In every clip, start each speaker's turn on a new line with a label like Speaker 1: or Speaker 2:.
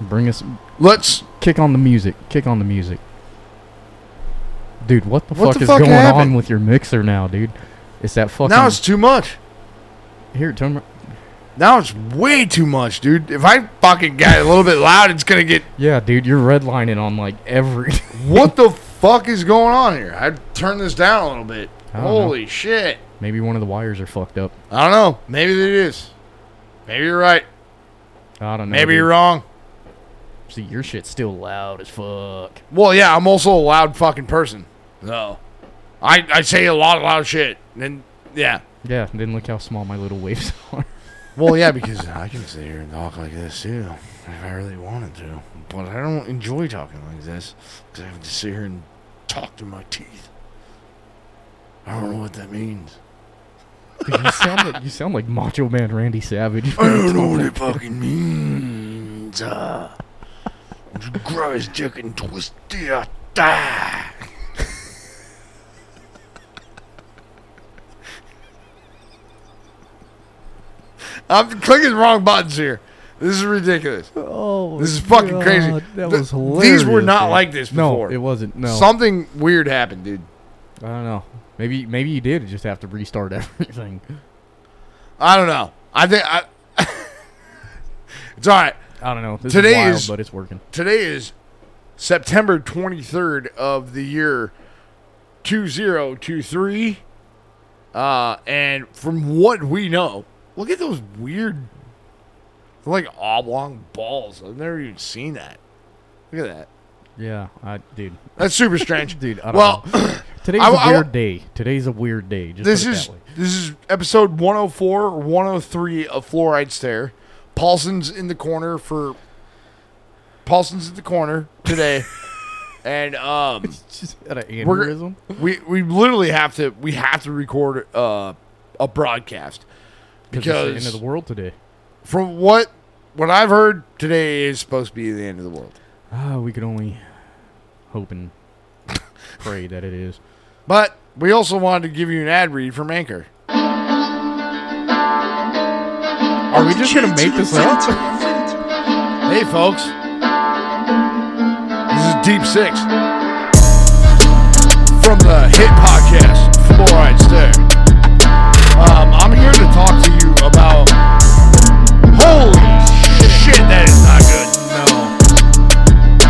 Speaker 1: Bring us
Speaker 2: Let's.
Speaker 1: kick on the music. Kick on the music. Dude, what the
Speaker 2: What
Speaker 1: fuck
Speaker 2: the
Speaker 1: is
Speaker 2: fuck
Speaker 1: going on
Speaker 2: happened?
Speaker 1: with your mixer now, dude? It's that fucking
Speaker 2: Now it's too much.
Speaker 1: here, turn ar-
Speaker 2: Now it's way too much, dude. If I fucking got a little bit loud, it's gonna get.
Speaker 1: Yeah, dude, you're redlining on like every
Speaker 2: What the fuck is going on here? I'd turn this down a little bit.
Speaker 1: I don't know.
Speaker 2: Holy shit.
Speaker 1: Maybe one of the wires are fucked up.
Speaker 2: I don't know. Maybe it is. Maybe you're right.
Speaker 1: I don't know.
Speaker 2: Maybe
Speaker 1: dude.
Speaker 2: you're wrong.
Speaker 1: See, your shit's still loud as fuck.
Speaker 2: Well, yeah, I'm also a loud fucking person. No. I, I say a lot of loud shit. And yeah.
Speaker 1: Yeah, and then look how small my little waves are.
Speaker 2: Well, yeah, because I can sit here and talk like this too if I really wanted to. But I don't enjoy talking like this because I have to sit here and talk through my teeth. I don't know what that means.
Speaker 1: Dude, you sound like you sound like Macho Man Randy Savage.
Speaker 2: I don't know what it fucking means. Uh, grow his dick and twist it. Ah. I'm clicking wrong buttons here. This is ridiculous.
Speaker 1: oh,
Speaker 2: This is fucking crazy.
Speaker 1: That
Speaker 2: Th-
Speaker 1: was hilarious.
Speaker 2: These were not
Speaker 1: dude.
Speaker 2: like this before.
Speaker 1: No, it wasn't. No,
Speaker 2: Something weird happened, dude.
Speaker 1: I don't know. Maybe maybe you did just have to restart everything.
Speaker 2: I don't know. I think I. it's all right.
Speaker 1: I don't know. This
Speaker 2: Today
Speaker 1: is wild,
Speaker 2: is-
Speaker 1: but it's working.
Speaker 2: Today is September 23rd of the year 2023. Uh, and from what we know, look at those weird, they're like oblong balls. I've never even seen that. Look at that.
Speaker 1: Yeah, I dude,
Speaker 2: That's super strange.
Speaker 1: dude. I don't
Speaker 2: well,
Speaker 1: know. today's
Speaker 2: I-
Speaker 1: a
Speaker 2: I-
Speaker 1: weird day. Today's a weird day. Just
Speaker 2: this
Speaker 1: put it
Speaker 2: is
Speaker 1: that way.
Speaker 2: this is episode 104 or 103 of Fluoride Stare. Paulson's in the corner for Paulson's in the corner today. and um
Speaker 1: just had an
Speaker 2: We're-
Speaker 1: aneurysm.
Speaker 2: we we literally have to we have to record uh, a broadcast
Speaker 1: Because it's the end of
Speaker 2: because-
Speaker 1: the world today.
Speaker 2: from what what I've heard today is supposed to be the end of the world.
Speaker 1: Ah, we could only hope and pray that it is.
Speaker 2: But we also wanted to give you an ad read from Anchor.
Speaker 1: Are we just gonna make this up?
Speaker 2: Hey folks. This is Deep Six from the hit podcast Fluoride Stare. Um, I'm here to talk to you about holy shit that is not good.
Speaker 1: No.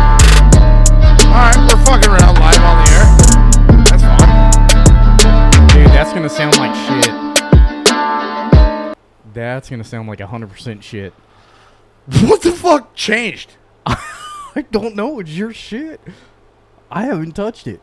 Speaker 2: All right, we're fucking around live on the air. That's fine.
Speaker 1: Dude, that's gonna sound like shit. That's gonna sound like hundred percent shit.
Speaker 2: What the fuck changed?
Speaker 1: I don't know. It's your shit. I haven't touched it.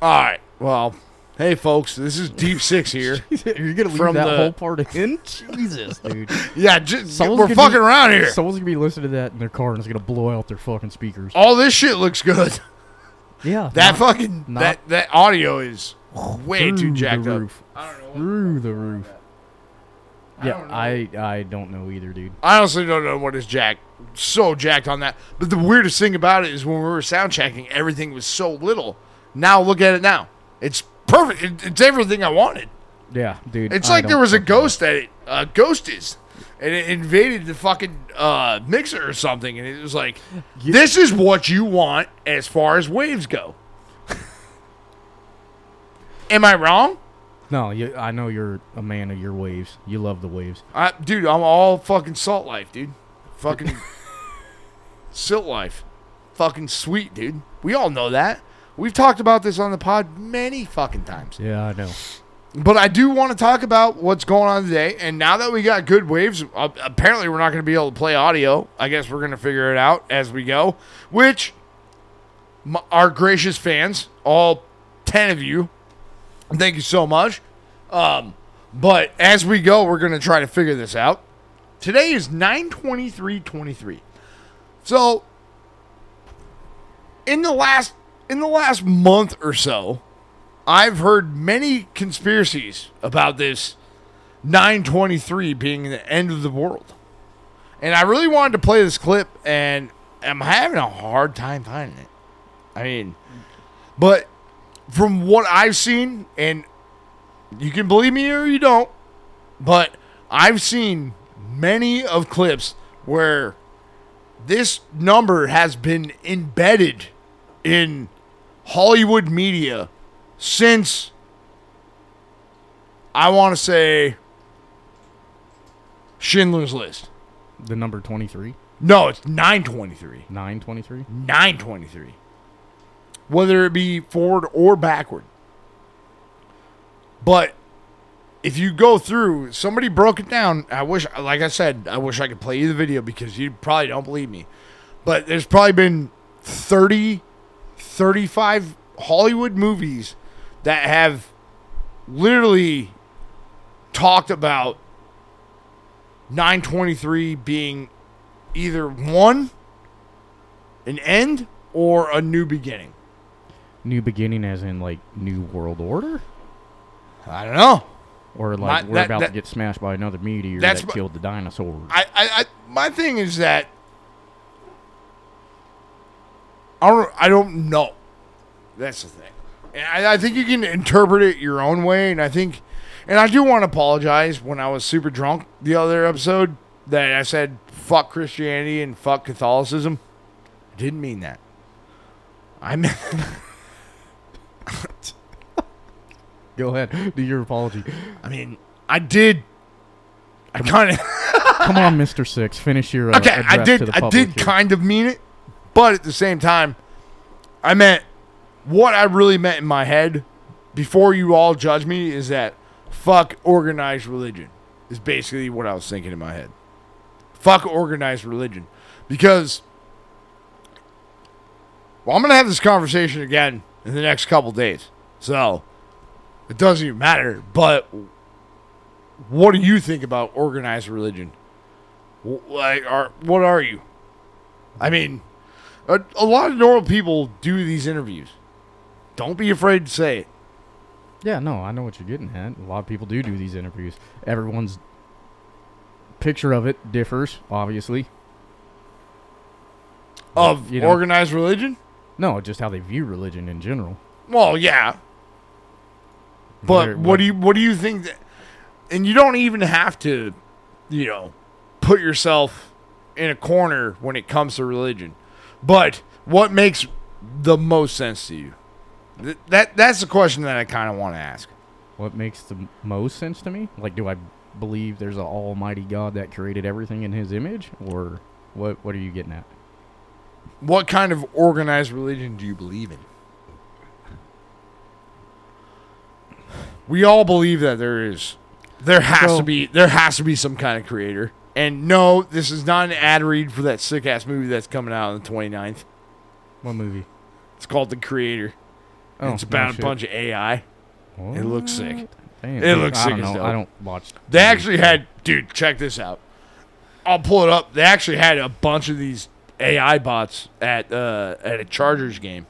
Speaker 2: All right. Well, hey folks, this is Deep Six here.
Speaker 1: You're gonna leave
Speaker 2: From
Speaker 1: that
Speaker 2: the-
Speaker 1: whole part in? Jesus, dude.
Speaker 2: Yeah, just,
Speaker 1: Someone's
Speaker 2: we're
Speaker 1: gonna
Speaker 2: fucking
Speaker 1: be-
Speaker 2: around here.
Speaker 1: Someone's gonna be listening to that in their car and it's gonna blow out their fucking speakers.
Speaker 2: All this shit looks good.
Speaker 1: Yeah. not
Speaker 2: That fucking
Speaker 1: not-
Speaker 2: that that audio is way
Speaker 1: through
Speaker 2: too
Speaker 1: the
Speaker 2: jacked up.
Speaker 1: roof.
Speaker 2: I don't know. what-
Speaker 1: Through the roof.
Speaker 2: I
Speaker 1: yeah,
Speaker 2: don't know.
Speaker 1: I I don't know either, dude.
Speaker 2: I honestly don't know what is jacked. So jacked on that. But the weirdest thing about it is when we were sound checking, everything was so little. Now look at it now. It's perfect. It, it's everything I wanted.
Speaker 1: Yeah, dude.
Speaker 2: It's
Speaker 1: I
Speaker 2: like there
Speaker 1: don't
Speaker 2: was a
Speaker 1: fucking-
Speaker 2: ghost that it uh, ghost is, and it invaded the fucking uh, mixer or something, and it was like, this is what you want as far as waves go. Am I wrong?
Speaker 1: No, you, I know you're a man of your waves. You love the waves.
Speaker 2: I, dude, I'm all fucking salt life, dude. Fucking silt life. Fucking sweet, dude. We all know that. We've talked about this on the pod many fucking times.
Speaker 1: Yeah, I know.
Speaker 2: But I do want to talk about what's going on today. And now that we got good waves, uh, apparently we're not going to be able to play audio. I guess we're going to figure it out as we go, which m- our gracious fans, all 10 of you, thank you so much. Um, but as we go, we're going to try to figure this out. Today is 92323. So in the last in the last month or so, I've heard many conspiracies about this 923 being the end of the world. And I really wanted to play this clip, and I'm having a hard time finding it. I mean, but from what I've seen, and you can believe me or you don't, but I've seen many of clips where this number has been embedded in Hollywood media since I want to say Schindler's List.
Speaker 1: The number 23,
Speaker 2: No, it's 923.
Speaker 1: 923.
Speaker 2: 923. Whether it be forward or backward. But if you go through, somebody broke it down. I wish, like I said, I wish I could play you the video because you probably don't believe me. But there's probably been 30, 35 Hollywood movies that have literally talked about 923 being either one an end or a new beginning.
Speaker 1: New beginning, as in like new world order,
Speaker 2: I don't know.
Speaker 1: or like
Speaker 2: My-
Speaker 1: we're
Speaker 2: that-
Speaker 1: about
Speaker 2: that-
Speaker 1: to get smashed by another meteor
Speaker 2: That's
Speaker 1: that
Speaker 2: my-
Speaker 1: killed the dinosaurs.
Speaker 2: I, I, I my thing is that I don't, I don't know. That's the thing. And I, I think you can interpret it your own way, and I think, and I do want to apologize when I was super drunk the other episode that I said fuck Christianity and fuck Catholicism. I didn't mean that. I meant
Speaker 1: Go ahead, do your apology.
Speaker 2: I mean I did. I kind of.
Speaker 1: Come on, Mister Six, finish your uh,
Speaker 2: Okay, I
Speaker 1: address to
Speaker 2: did.
Speaker 1: the
Speaker 2: I
Speaker 1: public
Speaker 2: did
Speaker 1: here.
Speaker 2: kind of mean it, but at the same time, I meant what I really meant in my head. Before you all judge me, is that fuck organized religion is basically what I was thinking in my head. Fuck organized religion, because well, I'm gonna have this conversation again in the next couple days, so it doesn't even matter. But what do you think about organized religion? Wh- like are what are you? I mean, a, a lot of normal people do these interviews. Don't be afraid to say it.
Speaker 1: Yeah, no, I know what you're getting at. A lot of people do do these interviews. Everyone's picture of it differs, obviously.
Speaker 2: Of
Speaker 1: You know-
Speaker 2: organized religion?
Speaker 1: No, just how they view religion in general.
Speaker 2: Well, yeah. But
Speaker 1: Where-
Speaker 2: what, do you what do you think that and you don't even have to, you know, put yourself in a corner when it comes to religion. But what makes the most sense to you? Th- that that's the question that I kind of want to ask.
Speaker 1: what makes the most sense to me? Like, do I believe there's an almighty God that created everything in His image, or what? What are you getting at?
Speaker 2: What kind of organized religion do you believe in? We all believe that there is. There has
Speaker 1: So-
Speaker 2: to be there has to be some kind of creator. And no, this is not an ad read for that sick ass movie that's coming out on the 29th.
Speaker 1: What movie?
Speaker 2: It's called The Creator.
Speaker 1: Oh,
Speaker 2: it's
Speaker 1: no
Speaker 2: about
Speaker 1: shit.
Speaker 2: a bunch of AI. It looks sick.
Speaker 1: What? Damn,
Speaker 2: It looks
Speaker 1: I
Speaker 2: sick
Speaker 1: don't
Speaker 2: as
Speaker 1: know.
Speaker 2: dope.
Speaker 1: I don't watch.
Speaker 2: They
Speaker 1: movies.
Speaker 2: actually had dude, check this out. I'll pull it up. They actually had a bunch of these AI bots at uh, at a Chargers game.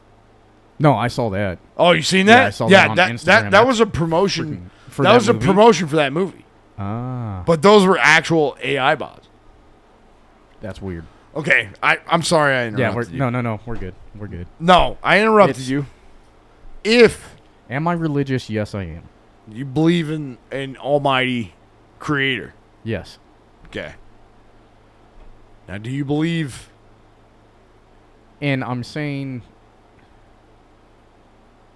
Speaker 1: No, I saw that.
Speaker 2: Oh, you seen
Speaker 1: Yeah,
Speaker 2: that?
Speaker 1: I saw that on
Speaker 2: that,
Speaker 1: Instagram.
Speaker 2: that that
Speaker 1: That's
Speaker 2: was a promotion.
Speaker 1: freaking- for
Speaker 2: that,
Speaker 1: that
Speaker 2: was
Speaker 1: movie?
Speaker 2: a promotion for that movie.
Speaker 1: Ah,
Speaker 2: But those were actual AI bots.
Speaker 1: that's weird.
Speaker 2: Okay, I I'm sorry I
Speaker 1: Yeah, we're,
Speaker 2: interrupted you.
Speaker 1: no, no, no. We're good. We're good.
Speaker 2: No, I interrupted
Speaker 1: It's-
Speaker 2: you. If
Speaker 1: Am I religious? Yes, I am.
Speaker 2: you believe in an almighty creator.
Speaker 1: Yes.
Speaker 2: Okay. Now do you believe
Speaker 1: And I'm saying,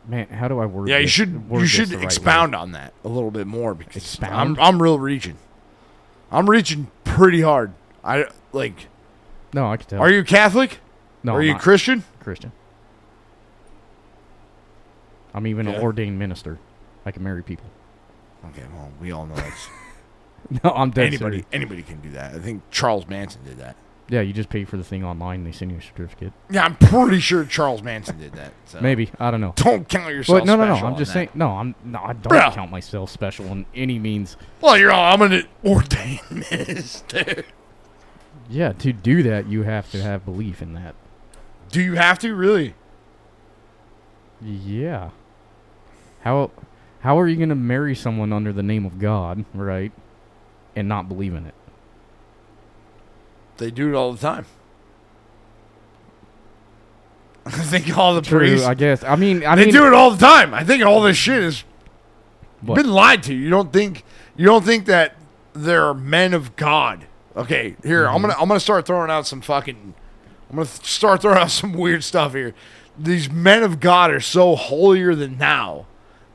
Speaker 1: man, how do I word?
Speaker 2: Yeah, you
Speaker 1: this-
Speaker 2: should
Speaker 1: word
Speaker 2: you
Speaker 1: this
Speaker 2: should
Speaker 1: the right way?
Speaker 2: expound on that a little bit more because
Speaker 1: Expound?
Speaker 2: I'm I'm real reaching. I'm reaching pretty hard. I like
Speaker 1: No, I can tell.
Speaker 2: are you Catholic?
Speaker 1: no,
Speaker 2: are
Speaker 1: I'm
Speaker 2: you
Speaker 1: not
Speaker 2: Christian?
Speaker 1: Christian? I'm even
Speaker 2: Yeah.
Speaker 1: an ordained minister. I can marry people.
Speaker 2: Okay, well, we all know that's
Speaker 1: No, I'm dead
Speaker 2: anybody
Speaker 1: serious.
Speaker 2: anybody can do that. I think Charles Manson did that.
Speaker 1: Yeah, you just pay for the thing online. They send you a certificate.
Speaker 2: Yeah, I'm pretty sure Charles Manson did that. So.
Speaker 1: Maybe I don't know.
Speaker 2: Don't count Uh, yourself.
Speaker 1: But no, no, no.
Speaker 2: special
Speaker 1: I'm
Speaker 2: on
Speaker 1: just
Speaker 2: that.
Speaker 1: saying. No, I'm no. I don't
Speaker 2: Bruh.
Speaker 1: count myself special in any means.
Speaker 2: Well, you're all. I'm an ordained minister.
Speaker 1: Yeah, to do that, you have to have belief in that.
Speaker 2: Do you have to really?
Speaker 1: Yeah. How how are you going to marry someone under the name of God, right? And not believe in it?
Speaker 2: They do it all the time. I think all the priests.
Speaker 1: I guess. I mean, I
Speaker 2: they
Speaker 1: mean,
Speaker 2: do it all the time. I think all this shit is
Speaker 1: What?
Speaker 2: been lied to. You don't think you don't think that there are men of God Okay, here
Speaker 1: Mm-hmm.
Speaker 2: I'm gonna I'm gonna start throwing out some fucking. I'm gonna th- start throwing out some weird stuff here. These men of God are so holier than now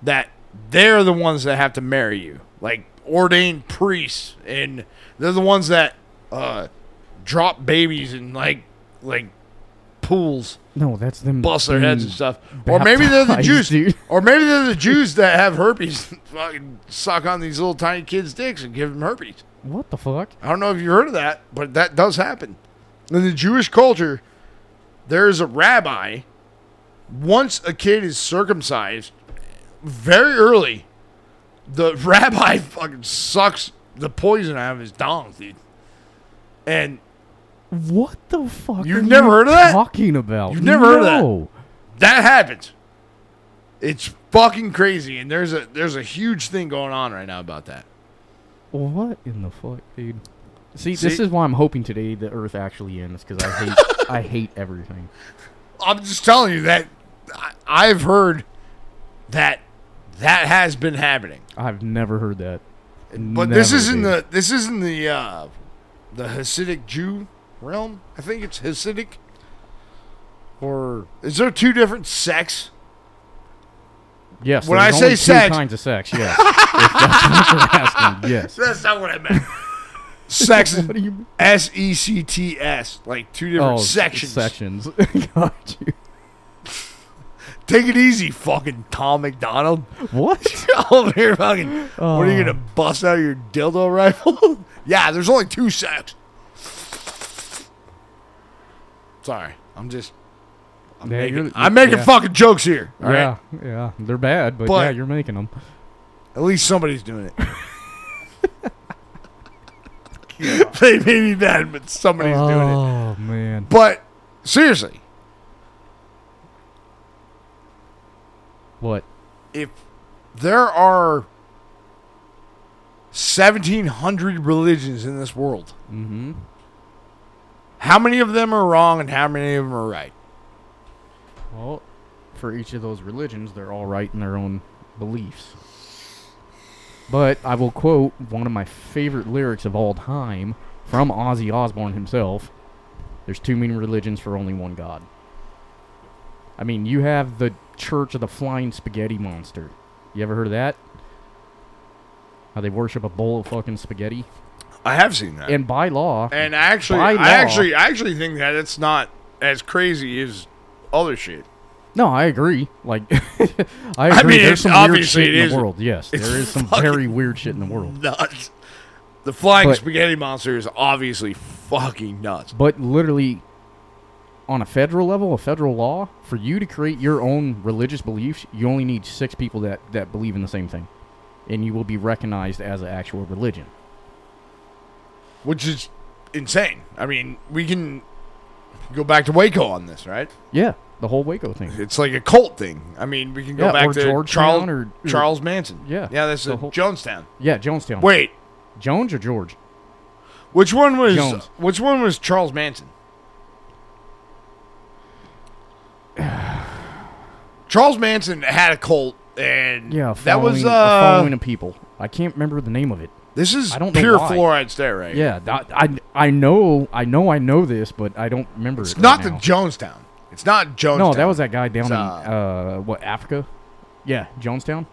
Speaker 2: that they're the ones that have to marry you, like ordained priests, and they're the ones that uh, drop babies in like like pools
Speaker 1: No, that's them.
Speaker 2: bust their heads and
Speaker 1: being-
Speaker 2: stuff. Or maybe they're the
Speaker 1: Mm. baptized,
Speaker 2: Jews.
Speaker 1: dude.
Speaker 2: Or maybe they're the Jews that have herpes and fucking suck on these little tiny kids' dicks and give them herpes.
Speaker 1: What the fuck?
Speaker 2: I don't know if you've heard of that, but that does happen. In the Jewish culture, there is a rabbi. Once a kid is circumcised, very early, the rabbi fucking sucks the poison out of his dong, dude. And
Speaker 1: What the fuck?
Speaker 2: You've
Speaker 1: are
Speaker 2: never
Speaker 1: you
Speaker 2: heard of that?
Speaker 1: Talking about?
Speaker 2: You've never heard of that.
Speaker 1: No.
Speaker 2: that happens. It's fucking crazy, and there's a there's a huge thing going on right now about that.
Speaker 1: What in the fuck, dude? See, this
Speaker 2: See-
Speaker 1: is why I'm hoping today the Earth actually ends because I hate I hate everything.
Speaker 2: I'm just telling you that I, I've heard that that has been happening,
Speaker 1: I've never heard that.
Speaker 2: but this
Speaker 1: Never,
Speaker 2: isn't
Speaker 1: dude.
Speaker 2: the this isn't the uh, the Hasidic Jew realm. I think it's Hasidic. Or is there two different sects?
Speaker 1: Yes.
Speaker 2: When
Speaker 1: there's
Speaker 2: I
Speaker 1: only
Speaker 2: say
Speaker 1: two
Speaker 2: sex-
Speaker 1: kinds of sex, yes. If that's what you're asking, yes.
Speaker 2: That's not what I meant. Sects,
Speaker 1: What do you mean?
Speaker 2: S E C T S, like two different
Speaker 1: Oh, s-
Speaker 2: sections.
Speaker 1: Sections. Got you.
Speaker 2: Take it easy, fucking Tom McDonald.
Speaker 1: What?
Speaker 2: over here fucking. What are you
Speaker 1: Oh.
Speaker 2: gonna bust out your dildo rifle? yeah, there's only two sets. Sorry, I'm just. I'm
Speaker 1: Yeah,
Speaker 2: making,
Speaker 1: you're-
Speaker 2: I'm making
Speaker 1: yeah.
Speaker 2: fucking jokes here. all right?
Speaker 1: yeah, yeah. They're bad, but,
Speaker 2: But-
Speaker 1: yeah, you're making them.
Speaker 2: At least somebody's doing it. they may be bad, but somebody's doing it.
Speaker 1: Oh man.
Speaker 2: But seriously,
Speaker 1: What?
Speaker 2: if there are 1,700 religions in this world,
Speaker 1: Mm-hmm.
Speaker 2: how many of them are wrong and how many of them are right?
Speaker 1: Well, for each of those religions, they're all right in their own beliefs. But I will quote one of my favorite lyrics of all time from Ozzy Osbourne himself. There's too many religions for only one God. I mean, you have the Church of the Flying Spaghetti Monster. You ever heard of that? How they worship a bowl of fucking spaghetti?
Speaker 2: I have seen that.
Speaker 1: And by law,
Speaker 2: And I actually,
Speaker 1: By law.
Speaker 2: I actually, I actually think that it's not as crazy as other shit.
Speaker 1: No, I agree. Like, I agree.
Speaker 2: I mean, it's
Speaker 1: there's some weird
Speaker 2: obviously
Speaker 1: shit
Speaker 2: it
Speaker 1: in
Speaker 2: is-
Speaker 1: the world. Yes,
Speaker 2: it's
Speaker 1: there is some
Speaker 2: fucking
Speaker 1: very weird shit in the world.
Speaker 2: Nuts. The flying
Speaker 1: But-
Speaker 2: spaghetti monster is obviously fucking nuts.
Speaker 1: But literally, on a federal level, a federal law, for you to create your own religious beliefs, you only need six people that that believe in the same thing, and you will be recognized as an actual religion.
Speaker 2: Which is insane. I mean, we can go back to Waco on this, right?
Speaker 1: Yeah, the whole Waco thing.
Speaker 2: It's like a cult thing. I mean, we can go
Speaker 1: Yeah,
Speaker 2: back
Speaker 1: or
Speaker 2: to
Speaker 1: Georgetown
Speaker 2: Charles,
Speaker 1: or-
Speaker 2: Charles Manson.
Speaker 1: Yeah,
Speaker 2: yeah, that's
Speaker 1: the
Speaker 2: a
Speaker 1: whole-
Speaker 2: Jonestown.
Speaker 1: Yeah, Jonestown.
Speaker 2: Wait,
Speaker 1: Jones or George?
Speaker 2: which one was
Speaker 1: Jones.
Speaker 2: which one was Charles Manson? Charles Manson had a cult, and
Speaker 1: Yeah,
Speaker 2: that was
Speaker 1: following- a
Speaker 2: uh,
Speaker 1: following of people. I can't remember the name of it.
Speaker 2: this is
Speaker 1: I don't know
Speaker 2: pure
Speaker 1: why.
Speaker 2: fluoride steroid.
Speaker 1: Yeah, that, I I know I know I know this, but I don't remember
Speaker 2: it's
Speaker 1: it.
Speaker 2: not
Speaker 1: right
Speaker 2: the
Speaker 1: now.
Speaker 2: Jonestown. It's not Jonestown.
Speaker 1: No, that was that guy down in
Speaker 2: uh,
Speaker 1: uh, what Africa? Yeah, Jonestown.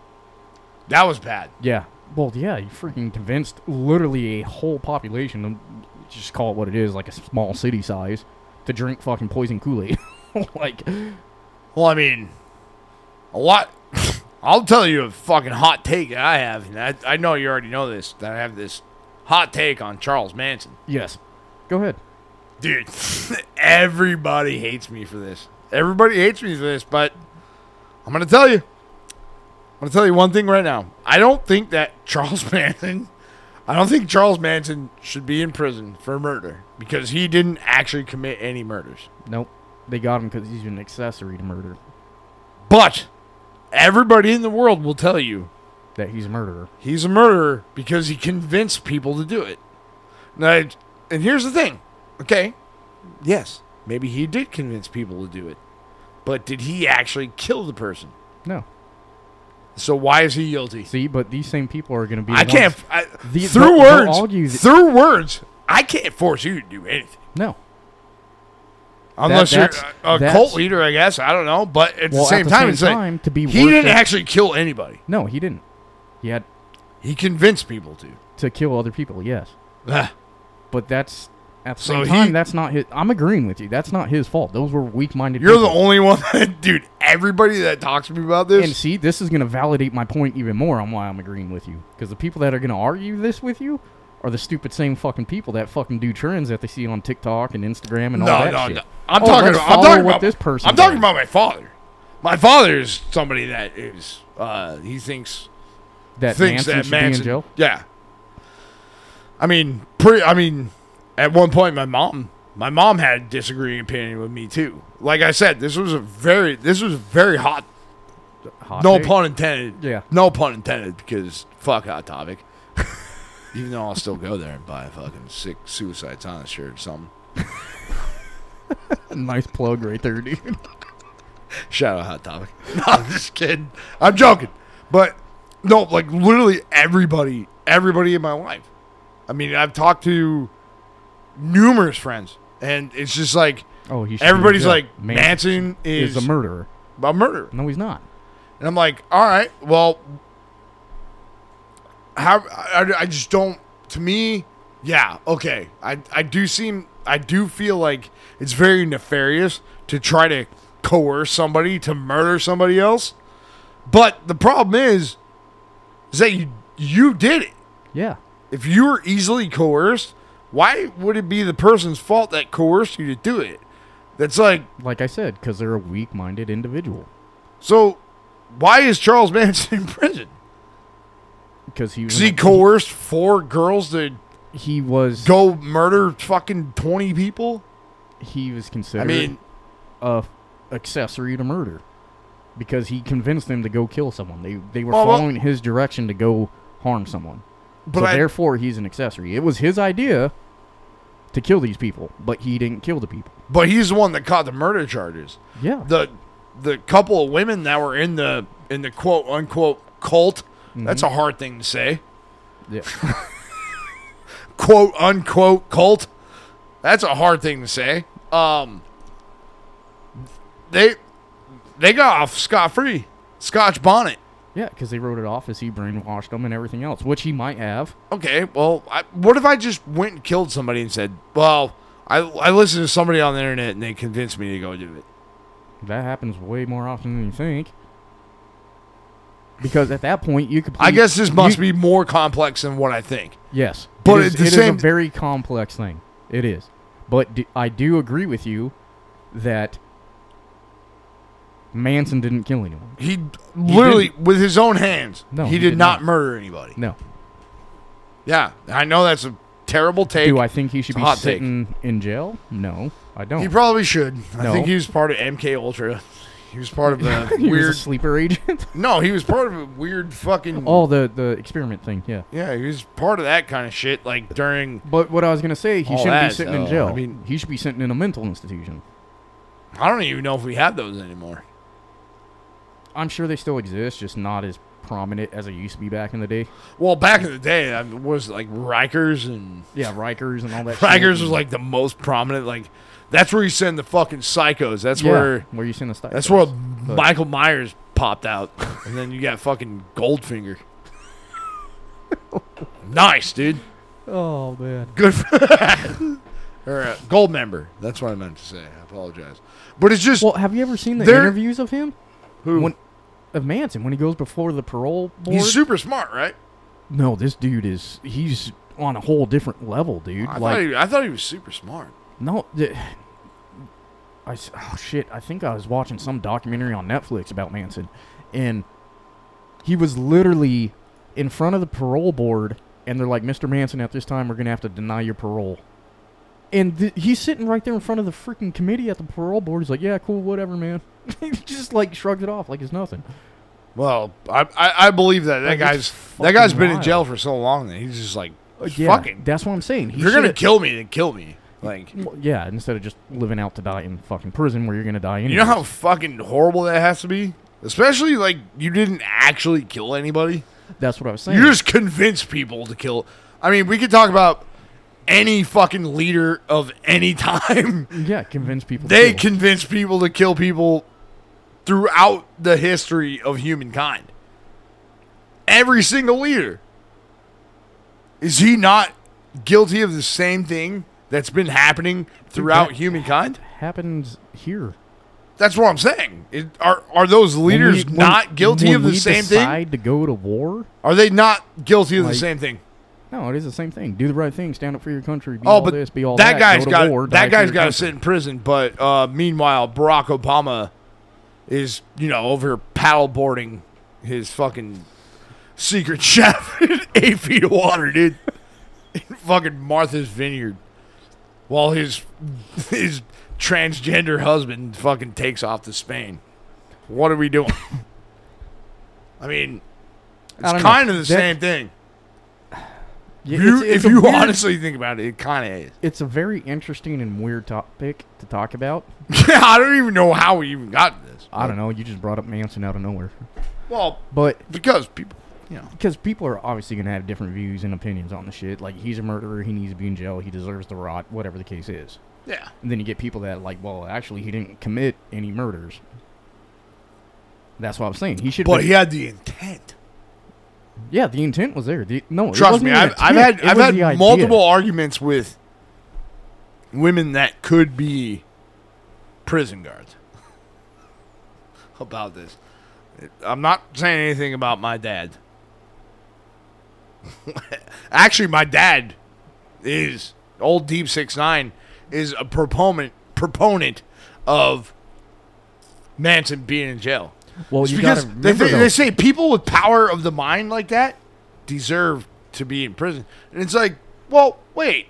Speaker 2: that was bad.
Speaker 1: Yeah. Well, yeah, you freaking convinced literally a whole population, um, just call it what it is, like a small city size, to drink fucking poison Kool Aid. like,
Speaker 2: Well, I mean, a lot. I'll tell you a fucking hot take that I have, and I, I know you already know this. That I have this hot take on Charles Manson.
Speaker 1: yes. Go ahead.
Speaker 2: dude everybody hates me for this everybody hates me for this but i'm gonna tell you i'm gonna tell you one thing right now i don't think that charles manson i don't think charles manson should be in prison for murder because he didn't actually commit any murders
Speaker 1: Nope. They got him because he's an accessory to murder.
Speaker 2: but everybody in the world will tell you
Speaker 1: That he's a murderer.
Speaker 2: he's a murderer because he convinced people to do it now, it- and here's the thing okay yes maybe he did convince people to do it but did he actually kill the person
Speaker 1: No.
Speaker 2: So why is he guilty?
Speaker 1: See, but these same people are going to be.
Speaker 2: I
Speaker 1: the
Speaker 2: can't.
Speaker 1: ones-
Speaker 2: I,
Speaker 1: The-
Speaker 2: through
Speaker 1: they'll- they'll
Speaker 2: words,
Speaker 1: argue that-
Speaker 2: through words, I can't force you to do anything
Speaker 1: No.
Speaker 2: unless
Speaker 1: that's-
Speaker 2: you're a, a
Speaker 1: that's-
Speaker 2: cult leader, I guess. I don't know, but at
Speaker 1: Well,
Speaker 2: the
Speaker 1: at
Speaker 2: same
Speaker 1: the
Speaker 2: time,
Speaker 1: same
Speaker 2: it's like,
Speaker 1: time, to be
Speaker 2: he didn't
Speaker 1: worship-
Speaker 2: actually kill anybody.
Speaker 1: No, he didn't. He had
Speaker 2: He convinced people to.
Speaker 1: to kill other people, yes.
Speaker 2: Ah,
Speaker 1: But that's at the
Speaker 2: So
Speaker 1: same time,
Speaker 2: he-
Speaker 1: that's not his I'm agreeing with you. That's not his fault. Those were weak minded
Speaker 2: You're the only one, that, dude. Everybody that talks to me about this,
Speaker 1: And see, this is going to validate my point even more on why I'm agreeing with you. Because the people that are going to argue this with you are the stupid same fucking people that fucking do trends that they see on TikTok and Instagram and all
Speaker 2: no,
Speaker 1: that
Speaker 2: no,
Speaker 1: shit.
Speaker 2: no. I'm
Speaker 1: Oh,
Speaker 2: talking.
Speaker 1: let's
Speaker 2: About, I'm
Speaker 1: follow
Speaker 2: talking
Speaker 1: what
Speaker 2: about
Speaker 1: this person.
Speaker 2: I'm talking
Speaker 1: does.
Speaker 2: about my father. My father is somebody that is. Uh, he thinks
Speaker 1: that
Speaker 2: thinks
Speaker 1: Manson
Speaker 2: that
Speaker 1: should
Speaker 2: Manson.
Speaker 1: be in jail.
Speaker 2: Yeah. I mean, pretty. I mean, at one point, my mom, my mom had a disagreeing opinion with me too. Like I said, this was a very, this was a very hot.
Speaker 1: Hot
Speaker 2: no
Speaker 1: take.
Speaker 2: pun intended.
Speaker 1: Yeah.
Speaker 2: No pun intended, because fuck hot topic. Even though I'll still go there and buy a fucking sick Suicide Silence shirt or something.
Speaker 1: Nice plug right there, dude.
Speaker 2: Shout out Hot Topic. No, I'm just kidding. I'm joking. But no, like literally everybody, everybody in my life. I mean, I've talked to numerous friends, and it's just like
Speaker 1: Oh, he. should be in
Speaker 2: everybody's
Speaker 1: jail.
Speaker 2: like
Speaker 1: Man-
Speaker 2: Manson is,
Speaker 1: is a murderer.
Speaker 2: a murderer,
Speaker 1: No, he's not.
Speaker 2: and I'm like, all right, well, how I, I- I just don't. To me, yeah, okay. I I do seem I do feel like it's very nefarious to try to coerce somebody to murder somebody else. But the problem is, is that you you did it.
Speaker 1: Yeah.
Speaker 2: If you were easily coerced, why would it be the person's fault that coerced you to do it? That's like
Speaker 1: Like I said, because they're a weak-minded individual.
Speaker 2: so. Why is Charles Manson in prison?
Speaker 1: Because he was
Speaker 2: Because he coerced four girls to
Speaker 1: he was
Speaker 2: go murder fucking 20 people?
Speaker 1: he was
Speaker 2: I
Speaker 1: considered
Speaker 2: mean,
Speaker 1: a accessory to murder because he convinced them to go kill someone. They they were
Speaker 2: Well, well-
Speaker 1: following his direction to go harm someone.
Speaker 2: but
Speaker 1: so
Speaker 2: I,
Speaker 1: therefore, he's an accessory. It was his idea to kill these people, but he didn't kill the people.
Speaker 2: but he's the one that caught the murder charges.
Speaker 1: Yeah.
Speaker 2: The the couple of women that were in the in the quote unquote cult. That's a hard thing to say.
Speaker 1: yeah.
Speaker 2: Quote unquote cult. That's a hard thing to say. Um they they got off scot free. Scotch bonnet.
Speaker 1: Yeah, because they wrote it off as he brainwashed them and everything else, which he might have.
Speaker 2: okay, well, I, what if I just went and killed somebody and said, well, I, I listened to somebody on the internet and they convinced me to go do it.
Speaker 1: That happens way more often than you think. Because at that point, you could.
Speaker 2: I guess this must be more complex than what I think.
Speaker 1: Yes,
Speaker 2: But
Speaker 1: it is,
Speaker 2: at the
Speaker 1: it is
Speaker 2: same-
Speaker 1: a very complex thing. It is, but d I I do agree with you that Manson didn't kill anyone.
Speaker 2: He literally, with his own hands,
Speaker 1: No,
Speaker 2: he,
Speaker 1: he
Speaker 2: did,
Speaker 1: did
Speaker 2: not,
Speaker 1: not.
Speaker 2: murder anybody.
Speaker 1: No,
Speaker 2: Yeah, I know that's a terrible take.
Speaker 1: do I think he should
Speaker 2: a
Speaker 1: be
Speaker 2: hot take.
Speaker 1: sitting in jail? No, I don't.
Speaker 2: He probably should. I
Speaker 1: No.
Speaker 2: think he was part of MK Ultra. He was part of the
Speaker 1: He was
Speaker 2: weird.
Speaker 1: a sleeper agent.
Speaker 2: No, he was part of a weird fucking.
Speaker 1: oh, the the experiment thing. Yeah.
Speaker 2: Yeah, he was part of that kind of shit. Like during,
Speaker 1: But what I was gonna say, he
Speaker 2: All
Speaker 1: shouldn't
Speaker 2: that,
Speaker 1: be sitting
Speaker 2: though,
Speaker 1: in jail.
Speaker 2: I mean-
Speaker 1: he should be sitting in a mental institution.
Speaker 2: I don't even know if we have those anymore.
Speaker 1: I'm sure they still exist, just not as prominent as they used to be back in the day.
Speaker 2: Well, back in the day, I mean, was it, like Rikers and
Speaker 1: Yeah, Rikers and all that. shit.
Speaker 2: Rikers was like the most prominent. Like that's where you send the fucking psychos. That's
Speaker 1: yeah,
Speaker 2: where
Speaker 1: where you send the stuff.
Speaker 2: that's where Michael Myers popped out, and then you got fucking Goldfinger. nice, dude.
Speaker 1: Oh man.
Speaker 2: Good for or uh, gold member. That's what I meant to say. I apologize, but it's just
Speaker 1: Well, have you ever seen the
Speaker 2: There-
Speaker 1: interviews of him?
Speaker 2: who
Speaker 1: when- Of Manson when he goes before the parole board?
Speaker 2: he's super smart, right?
Speaker 1: no, this dude is he's on a whole different level, dude.
Speaker 2: I, thought
Speaker 1: like
Speaker 2: he, I thought he was super smart.
Speaker 1: no, th- I s- oh shit, I think I was watching some documentary on Netflix about Manson, and he was literally in front of the parole board, and they're like, "Mr. Manson, at this time, we're gonna have to deny your parole." And th- he's sitting right there in front of the freaking committee at the parole board. He's like, "Yeah, cool, whatever, man." he just like shrugs it off like it's nothing.
Speaker 2: Well, I I, I believe that that
Speaker 1: Like,
Speaker 2: guy's
Speaker 1: it's
Speaker 2: that guy's
Speaker 1: fucking
Speaker 2: been in
Speaker 1: wild. Uh,
Speaker 2: jail for so long that he's just like
Speaker 1: Yeah,
Speaker 2: fucking.
Speaker 1: that's what I'm saying. He
Speaker 2: If you're gonna
Speaker 1: should've-
Speaker 2: kill me, then kill me. Like
Speaker 1: Well, yeah, instead of just living out to die in fucking prison where you're gonna die anyway.
Speaker 2: you know how fucking horrible that has to be? Especially like you didn't actually kill anybody.
Speaker 1: that's what I was saying.
Speaker 2: You just convinced people to kill I mean, we could talk about any fucking leader of any time.
Speaker 1: Yeah, convince people. to
Speaker 2: They
Speaker 1: kill.
Speaker 2: convince people to kill people throughout the history of humankind. Every single leader. Is he not guilty of the same thing that's been happening throughout
Speaker 1: that-
Speaker 2: humankind?
Speaker 1: happens here.
Speaker 2: That's what I'm saying. It- are are those
Speaker 1: When
Speaker 2: leaders
Speaker 1: we- when-
Speaker 2: not guilty
Speaker 1: when
Speaker 2: of the
Speaker 1: we
Speaker 2: same thing?
Speaker 1: decide To go to war?
Speaker 2: Are they not guilty of
Speaker 1: Like-
Speaker 2: the same thing?
Speaker 1: No, it is the same thing. Do the right thing. Stand up for your country. Be
Speaker 2: Oh,
Speaker 1: all
Speaker 2: but
Speaker 1: this. Be all
Speaker 2: that
Speaker 1: that.
Speaker 2: guy's
Speaker 1: go to
Speaker 2: got
Speaker 1: war, die
Speaker 2: that
Speaker 1: for
Speaker 2: guy's
Speaker 1: your
Speaker 2: got to
Speaker 1: country.
Speaker 2: sit in prison. But uh, meanwhile, Barack Obama is you know over here paddleboarding his fucking secret chef in eight feet of water, dude, in fucking Martha's Vineyard, while his his transgender husband fucking takes off to Spain. What are we doing? I mean,
Speaker 1: I
Speaker 2: it's
Speaker 1: don't know.
Speaker 2: kind of the
Speaker 1: That-
Speaker 2: same thing.
Speaker 1: Yeah,
Speaker 2: If you,
Speaker 1: it's- it's
Speaker 2: if
Speaker 1: a
Speaker 2: you
Speaker 1: weird-
Speaker 2: honestly think about it, it kind of is.
Speaker 1: it's a very interesting and weird topic to talk about.
Speaker 2: Yeah, I don't even know how we even got to this.
Speaker 1: I don't know. You just brought up Manson out of nowhere,
Speaker 2: Well,
Speaker 1: but
Speaker 2: because people, you know,
Speaker 1: because people are obviously going to have different views and opinions on the shit. Like he's a murderer. He needs to be in jail. He deserves to rot. Whatever the case is.
Speaker 2: yeah,
Speaker 1: And then you get people that are like, well, actually, he didn't commit any murders. That's what I'm saying. He should.
Speaker 2: but he had the intent.
Speaker 1: yeah, the intent was there. The, no, it
Speaker 2: Trust
Speaker 1: wasn't
Speaker 2: me,
Speaker 1: even
Speaker 2: I've, I've had
Speaker 1: intent, it
Speaker 2: I've
Speaker 1: was
Speaker 2: had
Speaker 1: the idea.
Speaker 2: multiple arguments with women that could be prison guards about this. I'm not saying anything about my dad. Actually, my dad is old Deep Six Nine is a proponent proponent of Manson being in jail.
Speaker 1: Well,
Speaker 2: It's
Speaker 1: you
Speaker 2: because
Speaker 1: gotta
Speaker 2: they,
Speaker 1: remember
Speaker 2: they,
Speaker 1: though-
Speaker 2: they say people with power of the mind like that deserve to be in prison, and it's like, well, wait,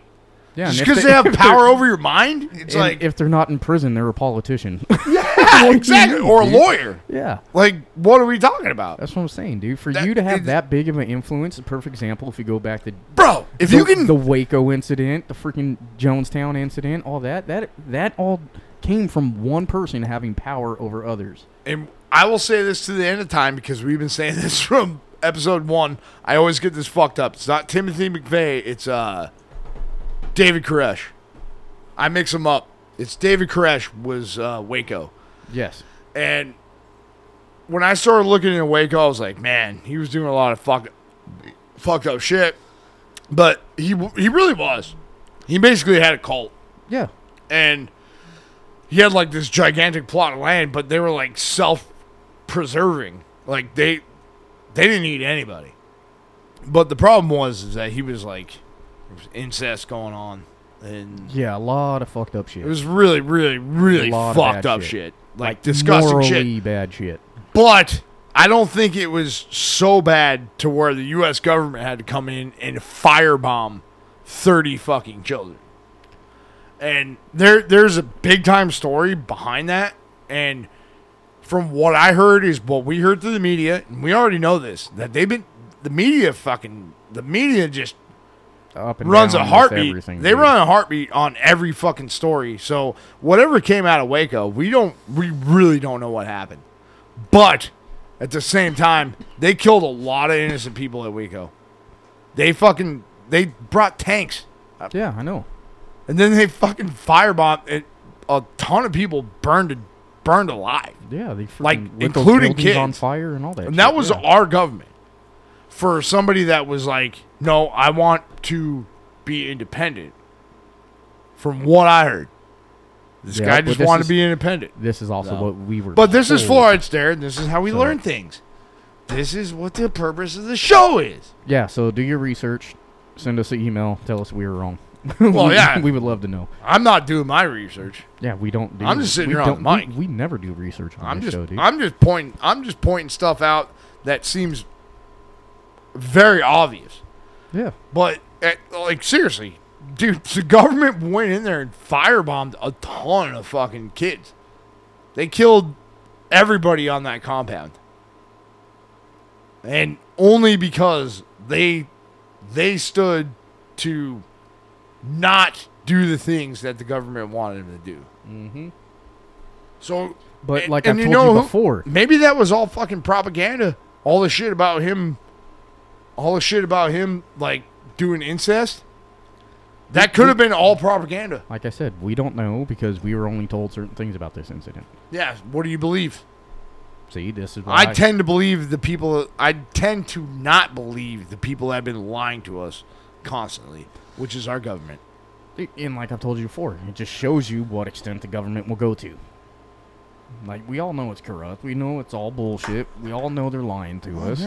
Speaker 1: yeah, and
Speaker 2: just
Speaker 1: if
Speaker 2: because they,
Speaker 1: they-
Speaker 2: have
Speaker 1: if
Speaker 2: power
Speaker 1: they're-
Speaker 2: over your mind, it's
Speaker 1: and
Speaker 2: like
Speaker 1: if they're not in prison, they're a politician.
Speaker 2: yeah, exactly, or a
Speaker 1: dude?
Speaker 2: lawyer.
Speaker 1: yeah,
Speaker 2: Like, what are we talking about,
Speaker 1: that's what I'm saying, dude. For
Speaker 2: That-
Speaker 1: you to have
Speaker 2: it's-
Speaker 1: that big of an influence, a perfect example. If you go back to
Speaker 2: bro? If
Speaker 1: the,
Speaker 2: you can,
Speaker 1: the Waco incident, the freaking Jonestown incident, all that, that that all came from one person having power over others.
Speaker 2: and I will say this to the end of time because we've been saying this from episode one. I always get this fucked up. It's not Timothy McVeigh. It's uh, David Koresh. I mix them up. It's David Koresh was uh, Waco.
Speaker 1: Yes.
Speaker 2: And when I started looking at Waco, I was like, man, he was doing a lot of fuck, fucked up shit. But he he really was. He basically had a cult,
Speaker 1: Yeah.
Speaker 2: and he had like this gigantic plot of land, but they were like self-preserving. Like they they didn't need anybody. But the problem was is that he was like there was incest going on, and
Speaker 1: Yeah, a lot of fucked up shit.
Speaker 2: it was really, really, really
Speaker 1: A lot of
Speaker 2: fucked
Speaker 1: bad
Speaker 2: up shit.
Speaker 1: shit.
Speaker 2: Like, disgusting shit.
Speaker 1: morally bad shit.
Speaker 2: But I don't think it was so bad to where the U.S. government had to come in and firebomb 30 fucking children. And there, there's a big time story behind that. And from what I heard is what we heard through the media, and we already know this that they've been the media fucking the media just
Speaker 1: Up and
Speaker 2: runs
Speaker 1: down
Speaker 2: a
Speaker 1: with
Speaker 2: heartbeat. They
Speaker 1: everything, dude.
Speaker 2: run a heartbeat on every fucking story. So whatever came out of Waco, we don't we really don't know what happened. But at the same time, they killed a lot of innocent people at Waco. They fucking they brought tanks
Speaker 1: Yeah, I know.
Speaker 2: and then they fucking firebombed and a ton of people burned burned alive.
Speaker 1: Yeah, they freaking
Speaker 2: Like,
Speaker 1: lit those
Speaker 2: including
Speaker 1: buildings on
Speaker 2: kids.
Speaker 1: fire and all that.
Speaker 2: And that
Speaker 1: shit,
Speaker 2: was
Speaker 1: yeah.
Speaker 2: our government for somebody that was like, no, I want to be independent. From what I heard, this
Speaker 1: Yeah,
Speaker 2: guy
Speaker 1: but
Speaker 2: just
Speaker 1: this
Speaker 2: wanted
Speaker 1: is-
Speaker 2: to be independent.
Speaker 1: This is also
Speaker 2: No.
Speaker 1: what we were.
Speaker 2: But this is
Speaker 1: told.
Speaker 2: Florence there, and this is how we
Speaker 1: So-
Speaker 2: learn things. This is what the purpose of the show is.
Speaker 1: Yeah, so do your research. Send us an email. Tell us we were wrong.
Speaker 2: Well,
Speaker 1: We-
Speaker 2: yeah.
Speaker 1: we would love to know.
Speaker 2: I'm not doing my research.
Speaker 1: Yeah, we don't. Do,
Speaker 2: I'm just sitting
Speaker 1: we
Speaker 2: here on the
Speaker 1: don't-
Speaker 2: mic.
Speaker 1: We, we never do research on
Speaker 2: I'm
Speaker 1: this
Speaker 2: just
Speaker 1: show, dude.
Speaker 2: I'm just pointing I'm just pointing stuff out that seems very obvious.
Speaker 1: yeah,
Speaker 2: But eh, like seriously, dude, the government went in there and firebombed a ton of fucking kids. They killed everybody on that compound, and only because they they stood to not do the things that the government wanted them to do. Mm-hmm. So,
Speaker 1: but
Speaker 2: and-
Speaker 1: like
Speaker 2: and
Speaker 1: I told
Speaker 2: you know
Speaker 1: you
Speaker 2: who-
Speaker 1: before,
Speaker 2: Maybe that was all fucking propaganda. All the shit about him, all the shit about him, like doing incest. That could have been all propaganda.
Speaker 1: Like I said, we don't know because we were only told certain things about this incident.
Speaker 2: Yeah. What do you believe?
Speaker 1: See, this is
Speaker 2: I
Speaker 1: why
Speaker 2: tend to believe the people. I tend to not believe the people that have been lying to us constantly, which is our government.
Speaker 1: and like I've told you before, it just shows you what extent the government will go to. Like we all know it's corrupt. We know it's all bullshit. We all know they're lying to us.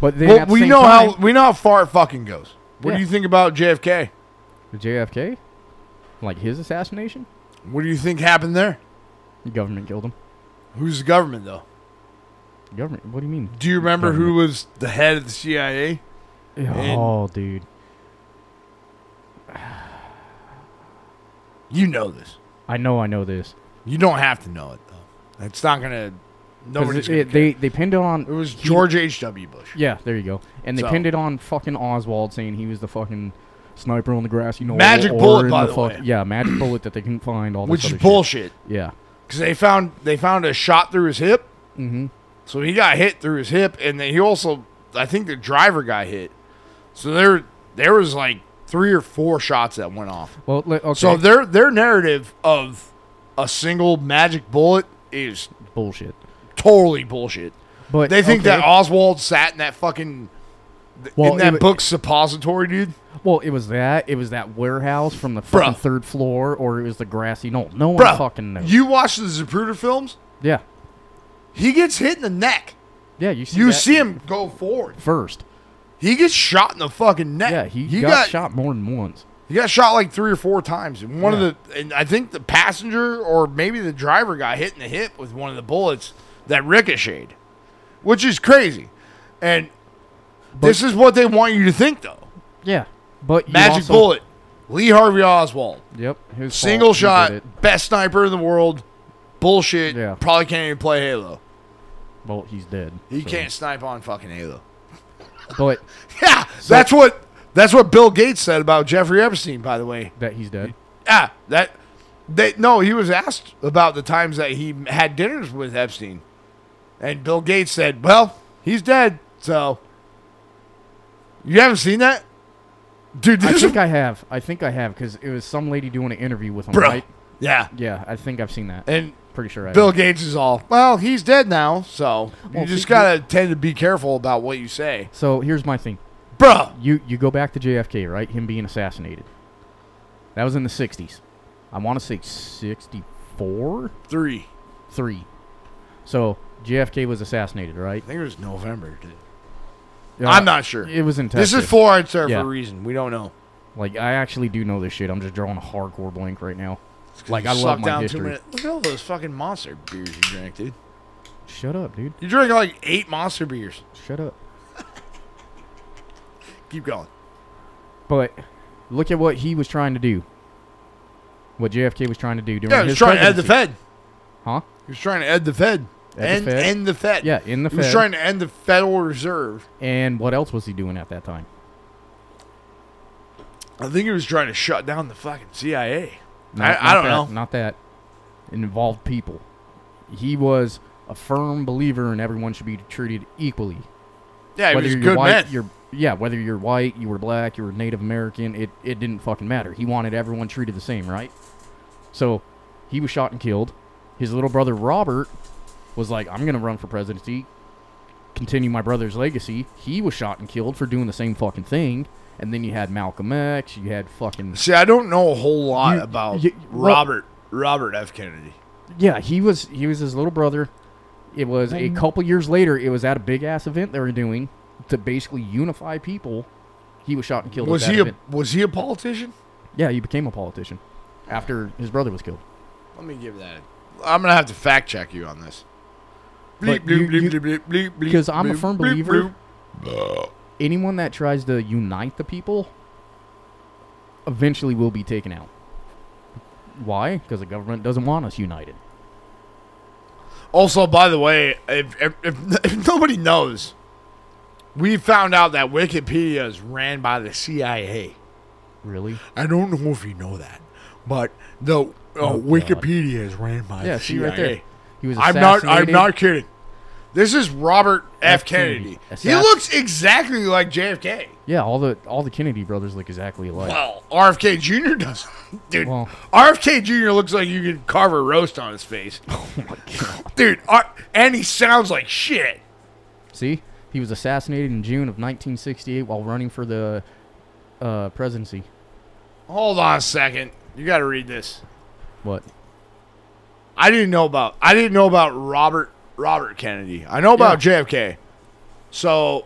Speaker 1: But then
Speaker 2: Oh, Well,
Speaker 1: at the
Speaker 2: we
Speaker 1: same
Speaker 2: know
Speaker 1: time,
Speaker 2: how we know how far it fucking goes. What
Speaker 1: Yeah.
Speaker 2: do you think about JFK?
Speaker 1: The JFK, like his assassination,
Speaker 2: What do you think happened there?
Speaker 1: the government killed him.
Speaker 2: Who's the government though?
Speaker 1: The government. What do you mean?
Speaker 2: Do you remember who was the head of the CIA?
Speaker 1: oh, dude.
Speaker 2: You know this.
Speaker 1: I know. I know this.
Speaker 2: You don't have to know it though. It's not gonna.
Speaker 1: 'Cause
Speaker 2: Nobody's.
Speaker 1: it-
Speaker 2: gonna
Speaker 1: it- they they pinned it on
Speaker 2: care. it was George H. W. Bush.
Speaker 1: Yeah, there you go. And they
Speaker 2: So-
Speaker 1: pinned it on fucking Oswald saying he was the fucking sniper on the grassy knoll.
Speaker 2: Magic
Speaker 1: or
Speaker 2: bullet,
Speaker 1: in
Speaker 2: by the
Speaker 1: fuck-
Speaker 2: way.
Speaker 1: Yeah, magic bullet that they couldn't find. All this
Speaker 2: which is
Speaker 1: other shit.
Speaker 2: bullshit
Speaker 1: Yeah,
Speaker 2: because they found they found a shot through his hip.
Speaker 1: Mhm.
Speaker 2: So he got hit through his hip, and then he also I think the driver got hit. So there there was like three or four shots that went off.
Speaker 1: Well, le- okay.
Speaker 2: So their their narrative of a single magic bullet is
Speaker 1: bullshit.
Speaker 2: totally bullshit.
Speaker 1: But
Speaker 2: They think that
Speaker 1: okay.
Speaker 2: Oswald sat in that fucking
Speaker 1: Well,
Speaker 2: in
Speaker 1: it
Speaker 2: that
Speaker 1: wa-
Speaker 2: book suppository, dude.
Speaker 1: Well, it was that. It was that warehouse from the fucking third floor, or it was the grassy knoll. No one
Speaker 2: Bro,
Speaker 1: fucking knows.
Speaker 2: you watch the Zapruder films.
Speaker 1: yeah,
Speaker 2: He gets hit in the neck.
Speaker 1: yeah. You see.
Speaker 2: You
Speaker 1: that
Speaker 2: see him go forward.
Speaker 1: first.
Speaker 2: He gets shot in the fucking neck.
Speaker 1: Yeah, he,
Speaker 2: he
Speaker 1: got,
Speaker 2: got
Speaker 1: shot more than once.
Speaker 2: He got shot like three or four times, and one
Speaker 1: Yeah.
Speaker 2: of the, and I think the passenger or maybe the driver got hit in the hip with one of the bullets that ricocheted, which is crazy. And this is what they want you to think, though:
Speaker 1: Yeah, but you
Speaker 2: magic
Speaker 1: also-
Speaker 2: bullet, Lee Harvey Oswald,
Speaker 1: Yep, his
Speaker 2: single
Speaker 1: fault. He did it.
Speaker 2: shot, best sniper in the world, bullshit.
Speaker 1: Yeah.
Speaker 2: Probably can't even play Halo.
Speaker 1: Well, he's dead.
Speaker 2: He
Speaker 1: so-
Speaker 2: can't snipe on fucking Halo.
Speaker 1: But
Speaker 2: Yeah, that's what that's what Bill Gates said about Jeffrey Epstein, by the way.
Speaker 1: that he's dead.
Speaker 2: Yeah, Ah, that they no, he was asked about the times that he had dinners with Epstein, and Bill Gates said, "Well, he's dead." So you haven't seen that, dude?
Speaker 1: I
Speaker 2: This
Speaker 1: think
Speaker 2: is,
Speaker 1: I have. I think I have because it was some lady doing an interview with him,
Speaker 2: bro.
Speaker 1: right?
Speaker 2: Yeah,
Speaker 1: Yeah, I think I've seen that.
Speaker 2: and
Speaker 1: Pretty sure I.
Speaker 2: Bill
Speaker 1: have.
Speaker 2: Gates is all, "Well, he's dead now." So you
Speaker 1: Well,
Speaker 2: just
Speaker 1: see,
Speaker 2: gotta tend to be careful about what you say,
Speaker 1: So here's my thing.
Speaker 2: bro.
Speaker 1: You you go back to JFK, right? Him being assassinated. That was in the '60s. I want to say '64,
Speaker 2: Three.
Speaker 1: three. So JFK was assassinated, right?
Speaker 2: I think it was November. Dude.
Speaker 1: Uh,
Speaker 2: I'm not sure.
Speaker 1: It was in Texas.
Speaker 2: This is Florida for
Speaker 1: Yeah.
Speaker 2: a reason. We don't know.
Speaker 1: like I actually do know this shit. I'm just drawing a hardcore blank right now.
Speaker 2: It's
Speaker 1: Like,
Speaker 2: 'cause
Speaker 1: I
Speaker 2: you
Speaker 1: love
Speaker 2: suck
Speaker 1: my
Speaker 2: down too
Speaker 1: history.
Speaker 2: many- Look at all those fucking monster beers you drank, dude.
Speaker 1: Shut up, dude.
Speaker 2: You drink like eight monster beers.
Speaker 1: Shut up.
Speaker 2: Keep going.
Speaker 1: But look at what he was trying to do. What JFK was trying to do during
Speaker 2: Yeah, he was
Speaker 1: his
Speaker 2: trying to end the
Speaker 1: presidency.
Speaker 2: Fed.
Speaker 1: huh?
Speaker 2: He was trying to end the Fed.
Speaker 1: Ed the
Speaker 2: end,
Speaker 1: Fed?
Speaker 2: end the Fed.
Speaker 1: Yeah, in the
Speaker 2: He was
Speaker 1: Fed.
Speaker 2: trying to end the Federal Reserve.
Speaker 1: And what else was he doing at that time?
Speaker 2: I think he was trying to shut down the fucking CIA.
Speaker 1: Not-
Speaker 2: I,
Speaker 1: not
Speaker 2: I don't
Speaker 1: that-
Speaker 2: know.
Speaker 1: Not that it involved people. He was a firm believer in everyone should be treated equally.
Speaker 2: Yeah, he was a
Speaker 1: you're
Speaker 2: good
Speaker 1: white,
Speaker 2: man.
Speaker 1: you're yeah, whether you're white, you were black, you were Native American, it, it didn't fucking matter. He wanted everyone treated the same, right? So he was shot and killed. His little brother Robert was like, I'm gonna run for presidency, continue my brother's legacy. He was shot and killed for doing the same fucking thing. And then you had Malcolm X, you had fucking
Speaker 2: See, I don't know a whole lot
Speaker 1: You-
Speaker 2: about
Speaker 1: you- well-
Speaker 2: Robert Robert F. Kennedy.
Speaker 1: Yeah, he was he was his little brother. It was a couple years later. It was at a big ass event they were doing to basically unify people. He was shot and killed. at
Speaker 2: Was
Speaker 1: that
Speaker 2: he a
Speaker 1: event.
Speaker 2: was he a politician?
Speaker 1: Yeah, he became a politician after his brother was killed.
Speaker 2: Let me give that. A, I'm gonna have to fact check you on this.
Speaker 1: But you- you- because I'm a firm believer- Anyone that tries to unite the people eventually will be taken out. Why? Because the government doesn't want us united.
Speaker 2: Also, by the way, if, if, if, if nobody knows, we found out that Wikipedia is ran by the CIA.
Speaker 1: Really?
Speaker 2: I don't know if you know that, but the uh,
Speaker 1: Oh, God.
Speaker 2: Wikipedia is ran by
Speaker 1: Yeah.
Speaker 2: the
Speaker 1: See
Speaker 2: CIA.
Speaker 1: right there. He was.
Speaker 2: I'm not. I'm
Speaker 1: assassinated.
Speaker 2: not kidding. This is Robert F.
Speaker 1: F.
Speaker 2: Kennedy.
Speaker 1: Kennedy.
Speaker 2: He
Speaker 1: Assassin.
Speaker 2: looks exactly like JFK.
Speaker 1: Yeah, all the all the Kennedy brothers look exactly alike.
Speaker 2: Well, RFK Jr. does. Dude,
Speaker 1: Well-
Speaker 2: RFK Jr. looks like you could carve a roast on his face.
Speaker 1: Oh my god.
Speaker 2: Dude, R- and he sounds like shit.
Speaker 1: See, he was assassinated in June of 1968 while running for the uh, presidency.
Speaker 2: Hold on a second. You got to read this.
Speaker 1: What?
Speaker 2: I didn't know about I didn't know about Robert Robert Kennedy. I know about JFK. So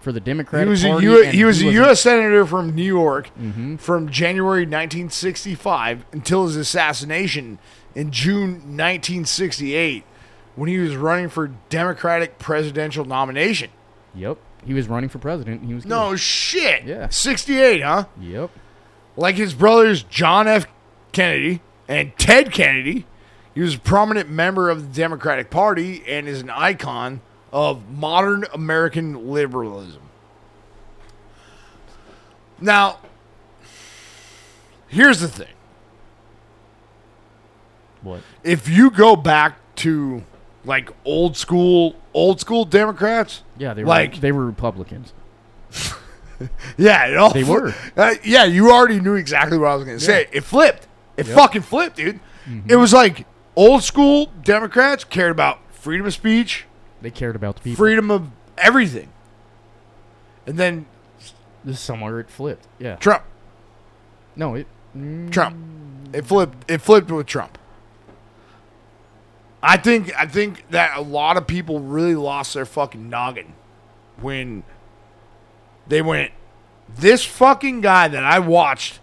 Speaker 1: For the
Speaker 2: he
Speaker 1: Democratic
Speaker 2: was a
Speaker 1: Party.
Speaker 2: U-
Speaker 1: and
Speaker 2: he was a
Speaker 1: an-
Speaker 2: U.S. senator from New York from January 1965 until his assassination in June 1968, when he was running for Democratic presidential nomination.
Speaker 1: Yep. He was running for president. He was
Speaker 2: No shit.
Speaker 1: Yeah.
Speaker 2: 68, huh?
Speaker 1: killed. Yep.
Speaker 2: Like his brothers John F. Kennedy and Ted Kennedy, he was a prominent member of the Democratic Party and is an icon of modern American liberalism. Now, here's the thing.
Speaker 1: What?
Speaker 2: If you go back to like old school old school Democrats,
Speaker 1: Yeah, they were
Speaker 2: Like-
Speaker 1: they were Republicans.
Speaker 2: Yeah, it all
Speaker 1: They were.
Speaker 2: Uh, yeah, you already knew exactly what I was going to say. It flipped. It fucking flipped, dude.
Speaker 1: Mm-hmm.
Speaker 2: It was like old school Democrats cared about freedom of speech,
Speaker 1: They cared about the people.
Speaker 2: freedom of everything. And then
Speaker 1: This is somewhere it flipped. Yeah.
Speaker 2: Trump,
Speaker 1: No, it. mm,
Speaker 2: Trump. It flipped it flipped with Trump. I think I think that a lot of people really lost their fucking noggin when they went this fucking guy that I watched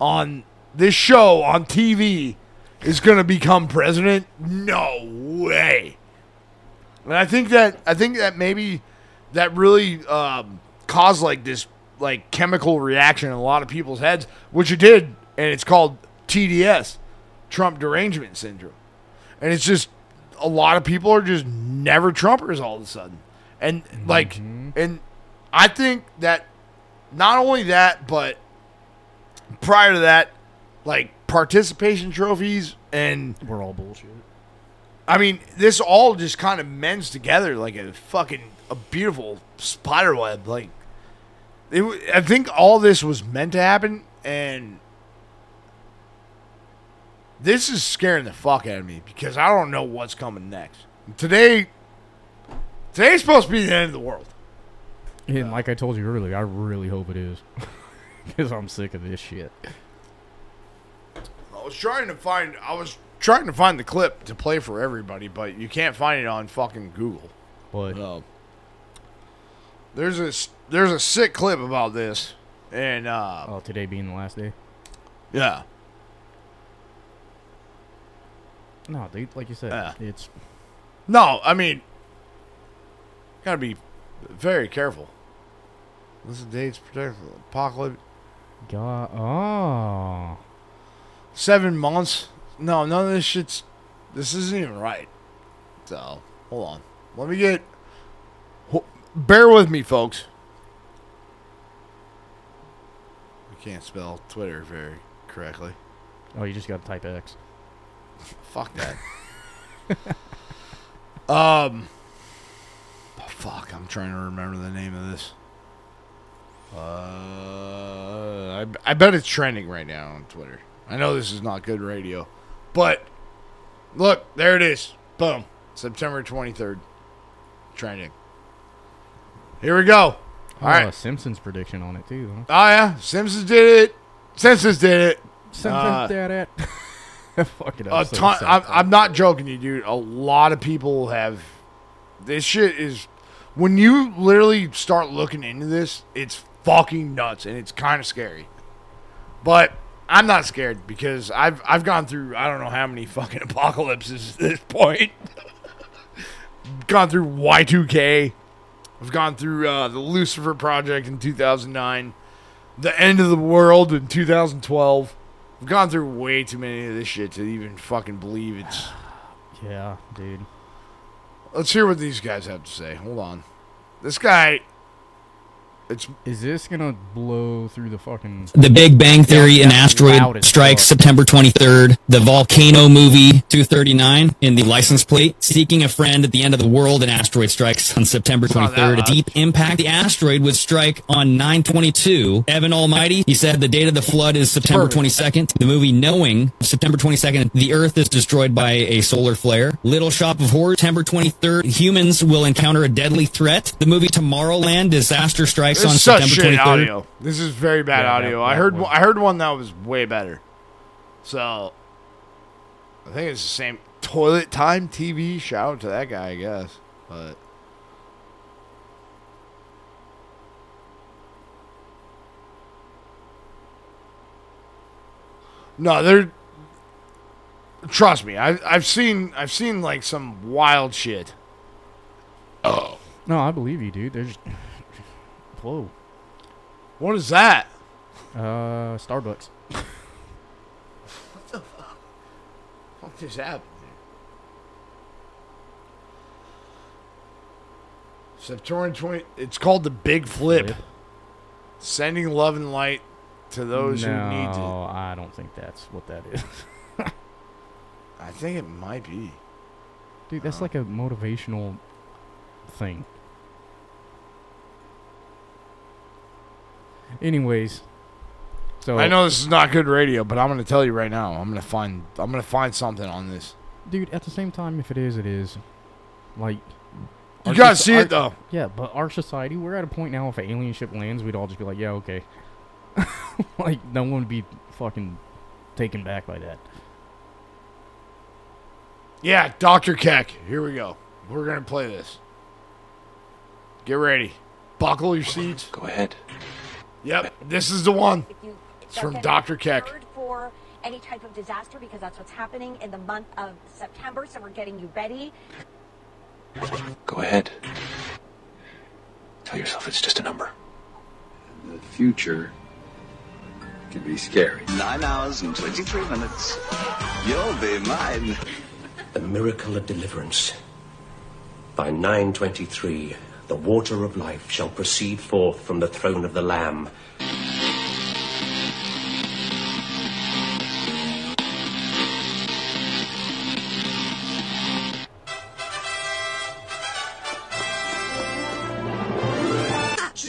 Speaker 2: on this show on TV is going to become president? No way. And I think that I think that maybe that really um, caused like this like chemical reaction in a lot of people's heads, which it did, and it's called TDS, Trump derangement syndrome, and it's just a lot of people are just never Trumpers all of a sudden, and like and I think that not only that, but prior to that, like participation trophies and
Speaker 1: We're all bullshit.
Speaker 2: I mean, this all just kind of mends together like a fucking a beautiful spider web. Like, it, w- I think all this was meant to happen, and this is scaring the fuck out of me because I don't know what's coming next. Today, today's supposed to be the end of the world.
Speaker 1: And like I told you earlier, I really hope it is, because I'm sick of this shit.
Speaker 2: I was trying to find, I was trying to find the clip to play for everybody, but you can't find it on fucking Google.
Speaker 1: But
Speaker 2: Um, there's a s- there's a sick clip about this, and uh,
Speaker 1: oh, today being the last day.
Speaker 2: yeah,
Speaker 1: No, dude. Like you said,
Speaker 2: Yeah.
Speaker 1: it's
Speaker 2: no, I mean, gotta be very careful. This is dates protect apocalypse.
Speaker 1: God. Oh.
Speaker 2: Seven months? No, none of this shit's. This isn't even right. So hold on, let me get. ho- Bear with me, folks. We can't spell Twitter very correctly.
Speaker 1: Oh, you just got to type X.
Speaker 2: Fuck that. um. oh, fuck, I'm trying to remember the name of this. Uh, I, I bet it's trending right now on Twitter. I know this is not good radio, but look, there it is. Boom, September 23rd, trending. Here we go.
Speaker 1: Oh,
Speaker 2: All right.
Speaker 1: a Simpsons prediction on it too. Huh?
Speaker 2: Oh yeah, Simpsons did it. Simpsons did it. Uh,
Speaker 1: Simpsons did it. Fuck it.
Speaker 2: a ton. I'm, I'm not joking you, dude. A lot of people have. This shit is. When you literally start looking into this, it's fucking nuts and it's kind of scary. But I'm not scared because I've I've gone through I don't know how many fucking apocalypses at this point. gone through Y2K. I've gone through uh, the Lucifer Project in 2009, the end of the world in 2012. I've gone through way too many of this shit to even fucking believe it's.
Speaker 1: yeah, dude.
Speaker 2: Let's hear what these guys have to say. Hold on. This guy It's
Speaker 1: Is this gonna blow through the fucking?
Speaker 3: The Big Bang Theory,
Speaker 1: Yeah,
Speaker 3: an
Speaker 1: that's loud
Speaker 3: asteroid
Speaker 1: as
Speaker 3: strikes
Speaker 1: fuck.
Speaker 3: September 23rd. The Volcano movie 239 in the license plate. Seeking a friend at the end of the world, an asteroid strikes on September
Speaker 2: not that
Speaker 3: 23rd. A
Speaker 2: loud.
Speaker 3: deep impact. The asteroid would strike on 922. Evan Almighty, he said the date of the flood is September
Speaker 2: Perfect.
Speaker 3: 22nd. The movie Knowing, September 22nd, the Earth is destroyed by a solar flare. Little Shop of Horrors, September 23rd, humans will encounter a deadly threat. The movie Tomorrowland, disaster strikes
Speaker 2: this
Speaker 3: on
Speaker 2: is such
Speaker 3: September
Speaker 2: shit
Speaker 3: 23rd.
Speaker 2: audio. This is very bad
Speaker 1: Yeah, that-
Speaker 2: audio.
Speaker 1: that
Speaker 2: I heard
Speaker 1: one.
Speaker 2: I heard one that was way better. So I think it's the same toilet time TV. Shout out to that guy, I guess. But no, they're trust me. I've I've seen I've seen like some wild shit.
Speaker 1: No, I believe you, dude. There's. Whoa.
Speaker 2: What is that?
Speaker 1: Uh, Starbucks.
Speaker 2: What just happened there? September 20. It's called the Big Flip.
Speaker 1: Flip.
Speaker 2: Sending love and light to those
Speaker 1: no,
Speaker 2: who need it.
Speaker 1: I don't think that's what that is.
Speaker 2: I think it might be.
Speaker 1: Dude, that's like a motivational thing. Anyways, so
Speaker 2: I know this is not good radio, but I'm going to tell you right now. I'm going to find I'm going to find something on this.
Speaker 1: dude. At the same time, if it is, it is. Like,
Speaker 2: You
Speaker 1: our
Speaker 2: got
Speaker 1: soci-
Speaker 2: to see
Speaker 1: our-
Speaker 2: it though.
Speaker 1: Yeah, but our society, we're at a point now. If an alien ship lands, we'd all just be like, "Yeah, okay." like, no one would be fucking taken back by that.
Speaker 2: Yeah, Dr. Keck. Here we go. We're going to play this. Get ready. Buckle your seats.
Speaker 4: Go ahead.
Speaker 2: Yep. This is the one.
Speaker 5: If you,
Speaker 2: It's from
Speaker 5: that's
Speaker 2: Dr. Keck.
Speaker 5: prepared For any type of disaster, because that's what's happening in the month of September. So we're getting you ready.
Speaker 4: Go ahead. Tell yourself it's just a number.
Speaker 6: The future can be scary.
Speaker 7: Nine hours and 23 minutes. You'll be mine.
Speaker 8: The miracle of deliverance. By 923, the water of life shall proceed forth from the throne of the Lamb.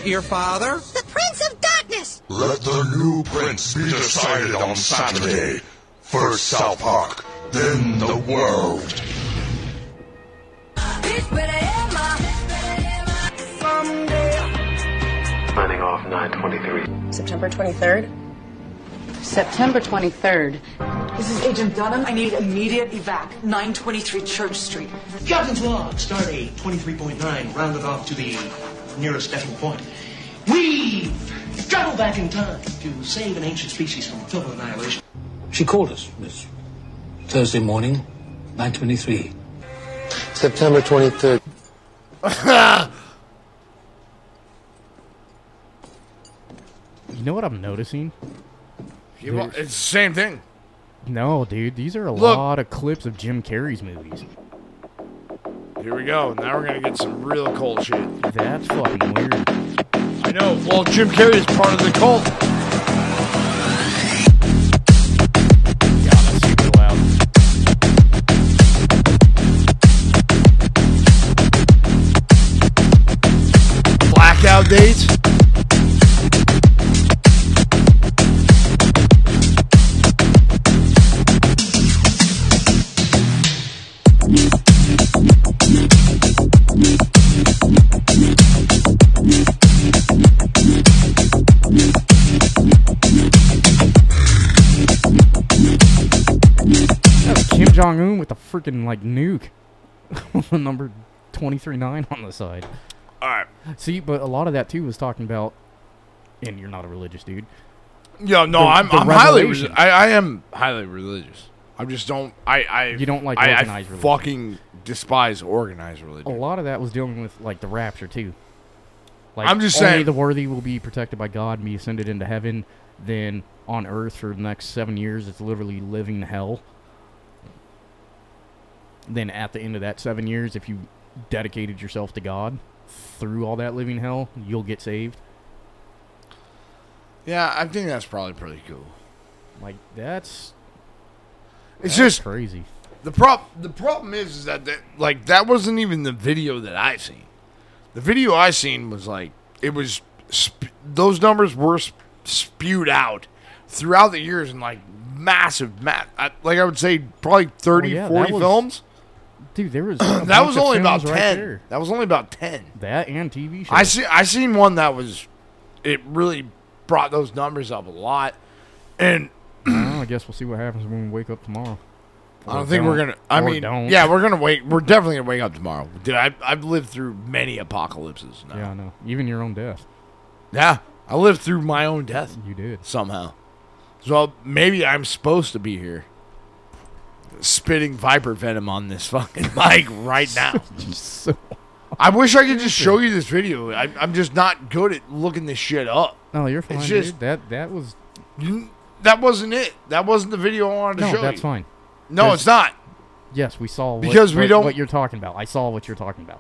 Speaker 9: Your father?
Speaker 10: The Prince of Darkness!
Speaker 11: Let the new prince be decided on Saturday. First South Park, then the world.
Speaker 6: Signing off 923.
Speaker 10: September 23rd? September 23rd.
Speaker 9: This is Agent Dunham. I need immediate evac. 923 Church Street.
Speaker 12: Captain's log, start a 23.9, rounded off to the nearest decimal point. We've traveled back in time to save an ancient species from total annihilation.
Speaker 8: She called us, Miss. Thursday morning, 923.
Speaker 11: September 23rd.
Speaker 1: You know what I'm noticing?
Speaker 2: You- It's the same thing.
Speaker 1: No, dude, these are a
Speaker 2: Look.
Speaker 1: lot of clips of Jim Carrey's movies.
Speaker 2: Here we go. Now we're gonna get some real cold shit.
Speaker 1: That's fucking weird.
Speaker 2: I know. Well, Jim Carrey is part of the cult.
Speaker 1: Yeah, that's super loud.
Speaker 2: Blackout dates.
Speaker 1: That's Kim Jong Un with the freaking like nuke, with the number twenty three nine on the side.
Speaker 2: All right.
Speaker 1: See, but a lot of that too was talking about, and you're not a religious dude.
Speaker 2: Yo, no,
Speaker 1: The-
Speaker 2: I'm,
Speaker 1: the
Speaker 2: I'm highly. Re-
Speaker 1: revelation.
Speaker 2: I, I am highly religious. I just don't. I. I
Speaker 1: You don't like
Speaker 2: I, I
Speaker 1: organized religion. Oh,
Speaker 2: fucking despise organized
Speaker 1: A
Speaker 2: religion.
Speaker 1: lot of that was dealing with like the rapture too. Like
Speaker 2: I'm just
Speaker 1: only
Speaker 2: saying-
Speaker 1: the worthy will be protected by God and be ascended into heaven. Then on Earth for the next seven years, it's literally living hell. Then at the end of that seven years, if you dedicated yourself to God through all that living hell, you'll get saved.
Speaker 2: Yeah, I think that's probably pretty cool.
Speaker 1: Like that's that's
Speaker 2: It's just
Speaker 1: crazy.
Speaker 2: The prob the problem is, is that that like that wasn't even the video that I seen. The video I seen was like it was sp- those numbers were sp- spewed out throughout the years in like massive ma- I, like I would say probably 30
Speaker 1: yeah, that
Speaker 2: 40
Speaker 1: was-
Speaker 2: films.
Speaker 1: Dude, there was a
Speaker 2: that
Speaker 1: bunch
Speaker 2: was
Speaker 1: of
Speaker 2: only about
Speaker 1: films right
Speaker 2: 10.
Speaker 1: there.
Speaker 2: that was only about 10.
Speaker 1: That and TV shows.
Speaker 2: I see I seen one that was it really brought those numbers up a lot. And
Speaker 1: I, don't know, Uh, I guess we'll see what happens when we wake up tomorrow.
Speaker 2: I
Speaker 1: Or
Speaker 2: don't think we're
Speaker 1: don't.
Speaker 2: gonna. I
Speaker 1: Or
Speaker 2: mean,
Speaker 1: don't.
Speaker 2: yeah, we're gonna wake. We're definitely gonna wake up tomorrow, dude. I, I've lived through many apocalypses. Now.
Speaker 1: Yeah, I know. Even your own death.
Speaker 2: Yeah, I lived through my own death.
Speaker 1: You did
Speaker 2: somehow. So maybe I'm supposed to be here, spitting viper venom on this fucking mic right now. I wish I could just show you this video. I, I'm just not good at looking this shit up.
Speaker 1: No, you're fine.
Speaker 2: It's just
Speaker 1: dude. That that was
Speaker 2: that wasn't it. That wasn't the video I wanted to
Speaker 1: no.
Speaker 2: show.
Speaker 1: That's
Speaker 2: you.
Speaker 1: fine.
Speaker 2: No,
Speaker 1: There's-
Speaker 2: it's not.
Speaker 1: Yes, we saw what,
Speaker 2: Because we
Speaker 1: what-
Speaker 2: don't-
Speaker 1: what you're talking about. I saw what you're talking about.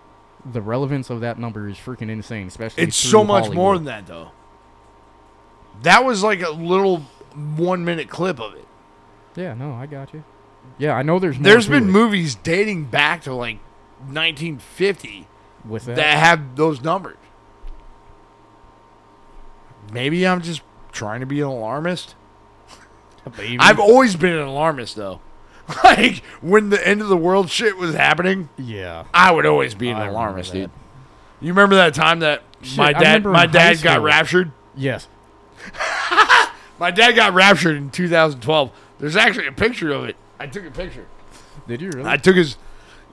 Speaker 1: The relevance of that number is freaking insane, especially.
Speaker 2: It's
Speaker 1: through
Speaker 2: so much
Speaker 1: Hollywood.
Speaker 2: more than that, though. That was like a little one minute clip of it.
Speaker 1: Yeah, no, I got you. Yeah, I know there's more
Speaker 2: There's
Speaker 1: to
Speaker 2: been
Speaker 1: it
Speaker 2: movies dating back to like 1950
Speaker 1: with that.
Speaker 2: that have those numbers. Maybe I'm just trying to be an alarmist.
Speaker 1: Maybe.
Speaker 2: I've always been an alarmist, though. Like when the end of the world shit was happening,
Speaker 1: yeah,
Speaker 2: I would always be an
Speaker 1: I remember
Speaker 2: alarmist,
Speaker 1: that.
Speaker 2: dude. You remember that time that
Speaker 1: Shit,
Speaker 2: my
Speaker 1: I
Speaker 2: dad
Speaker 1: remember
Speaker 2: my
Speaker 1: in high
Speaker 2: dad got
Speaker 1: school.
Speaker 2: raptured?
Speaker 1: Yes.
Speaker 2: My dad got raptured in 2012. There's actually a picture of it. I took a picture.
Speaker 1: Did you really?
Speaker 2: I took his.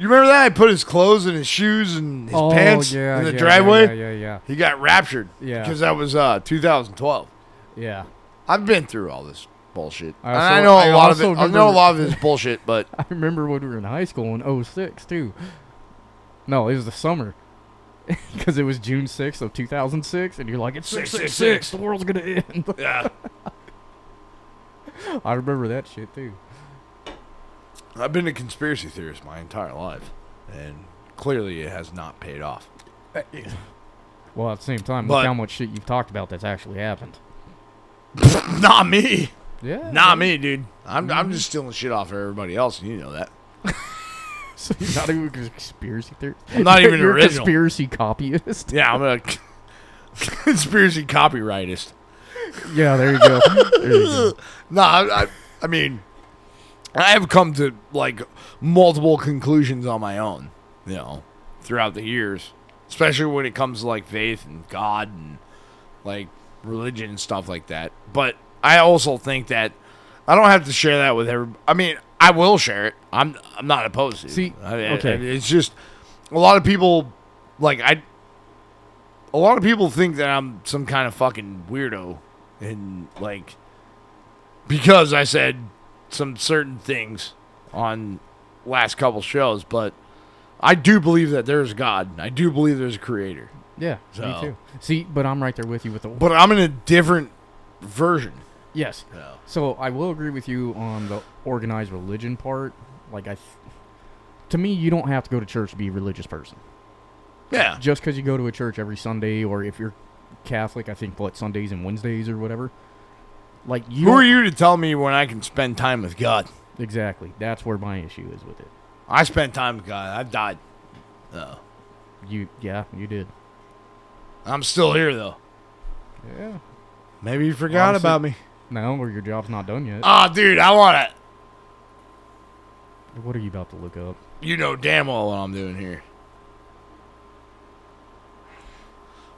Speaker 2: You remember that? I put his clothes and his shoes and his
Speaker 1: Oh,
Speaker 2: pants
Speaker 1: yeah,
Speaker 2: in the
Speaker 1: yeah,
Speaker 2: driveway.
Speaker 1: yeah, yeah, yeah.
Speaker 2: He got raptured.
Speaker 1: Yeah.
Speaker 2: Because that was uh, 2012.
Speaker 1: yeah.
Speaker 2: I've been through all this bullshit.
Speaker 1: I
Speaker 2: And
Speaker 1: also-
Speaker 2: I know a
Speaker 1: I
Speaker 2: lot of it.
Speaker 1: also
Speaker 2: I know a
Speaker 1: remember-
Speaker 2: lot of it is bullshit, but
Speaker 1: I remember when we were in high school in 06, too. No, it was the summer. Because it was June 6th of 2006, and you're like, it's 666, the world's going to end.
Speaker 2: yeah.
Speaker 1: I remember that shit, too.
Speaker 2: I've been a conspiracy theorist my entire life, and clearly it has not paid off.
Speaker 1: Uh, Well, at the same time,
Speaker 2: But-
Speaker 1: look how much shit you've talked about that's actually happened.
Speaker 2: Not me.
Speaker 1: Yeah.
Speaker 2: Not me, dude. I'm,
Speaker 1: Mm-hmm.
Speaker 2: I'm just stealing shit off of everybody else, and you know that.
Speaker 1: So you're not even a conspiracy theorist.
Speaker 2: I'm not even
Speaker 1: you're a
Speaker 2: original.
Speaker 1: conspiracy copyist.
Speaker 2: Yeah, I'm a conspiracy copyrightist.
Speaker 1: yeah, there you go. There you go.
Speaker 2: No, I, I, I mean, I have come to like multiple conclusions on my own, you know, throughout the years, especially when it comes to like faith and God and like religion and stuff like that. But I also think that I don't have to share that with every. I mean, I will share it. I'm I'm not opposed to. it.
Speaker 1: See,
Speaker 2: I, I-
Speaker 1: okay.
Speaker 2: I- it's just a lot of people like I. A lot of people think that I'm some kind of fucking weirdo, and like because I said some certain things on last couple shows, but I do believe that there's God. and I do believe there's a creator.
Speaker 1: Yeah,
Speaker 2: So-
Speaker 1: me too. See, but I'm right there with you with the.
Speaker 2: But I'm in a different version.
Speaker 1: Yes. So I will agree with you on the organized religion part. Like I, th- to me, you don't have to go to church to be a religious person.
Speaker 2: Yeah.
Speaker 1: Just because you go to a church every Sunday, or if you're Catholic, I think what Sundays and Wednesdays or whatever. Like you.
Speaker 2: Who are you to tell me when I can spend time with God?
Speaker 1: Exactly. That's where my issue is with it.
Speaker 2: I spent time with God. I've died. Oh.
Speaker 1: You, yeah, you did.
Speaker 2: I'm still here though.
Speaker 1: Yeah.
Speaker 2: Maybe you forgot
Speaker 1: Honestly-
Speaker 2: about me.
Speaker 1: No, or your job's not done yet.
Speaker 2: Ah, dude, I want to.
Speaker 1: what are you about to look up?
Speaker 2: You know damn well what I'm doing here.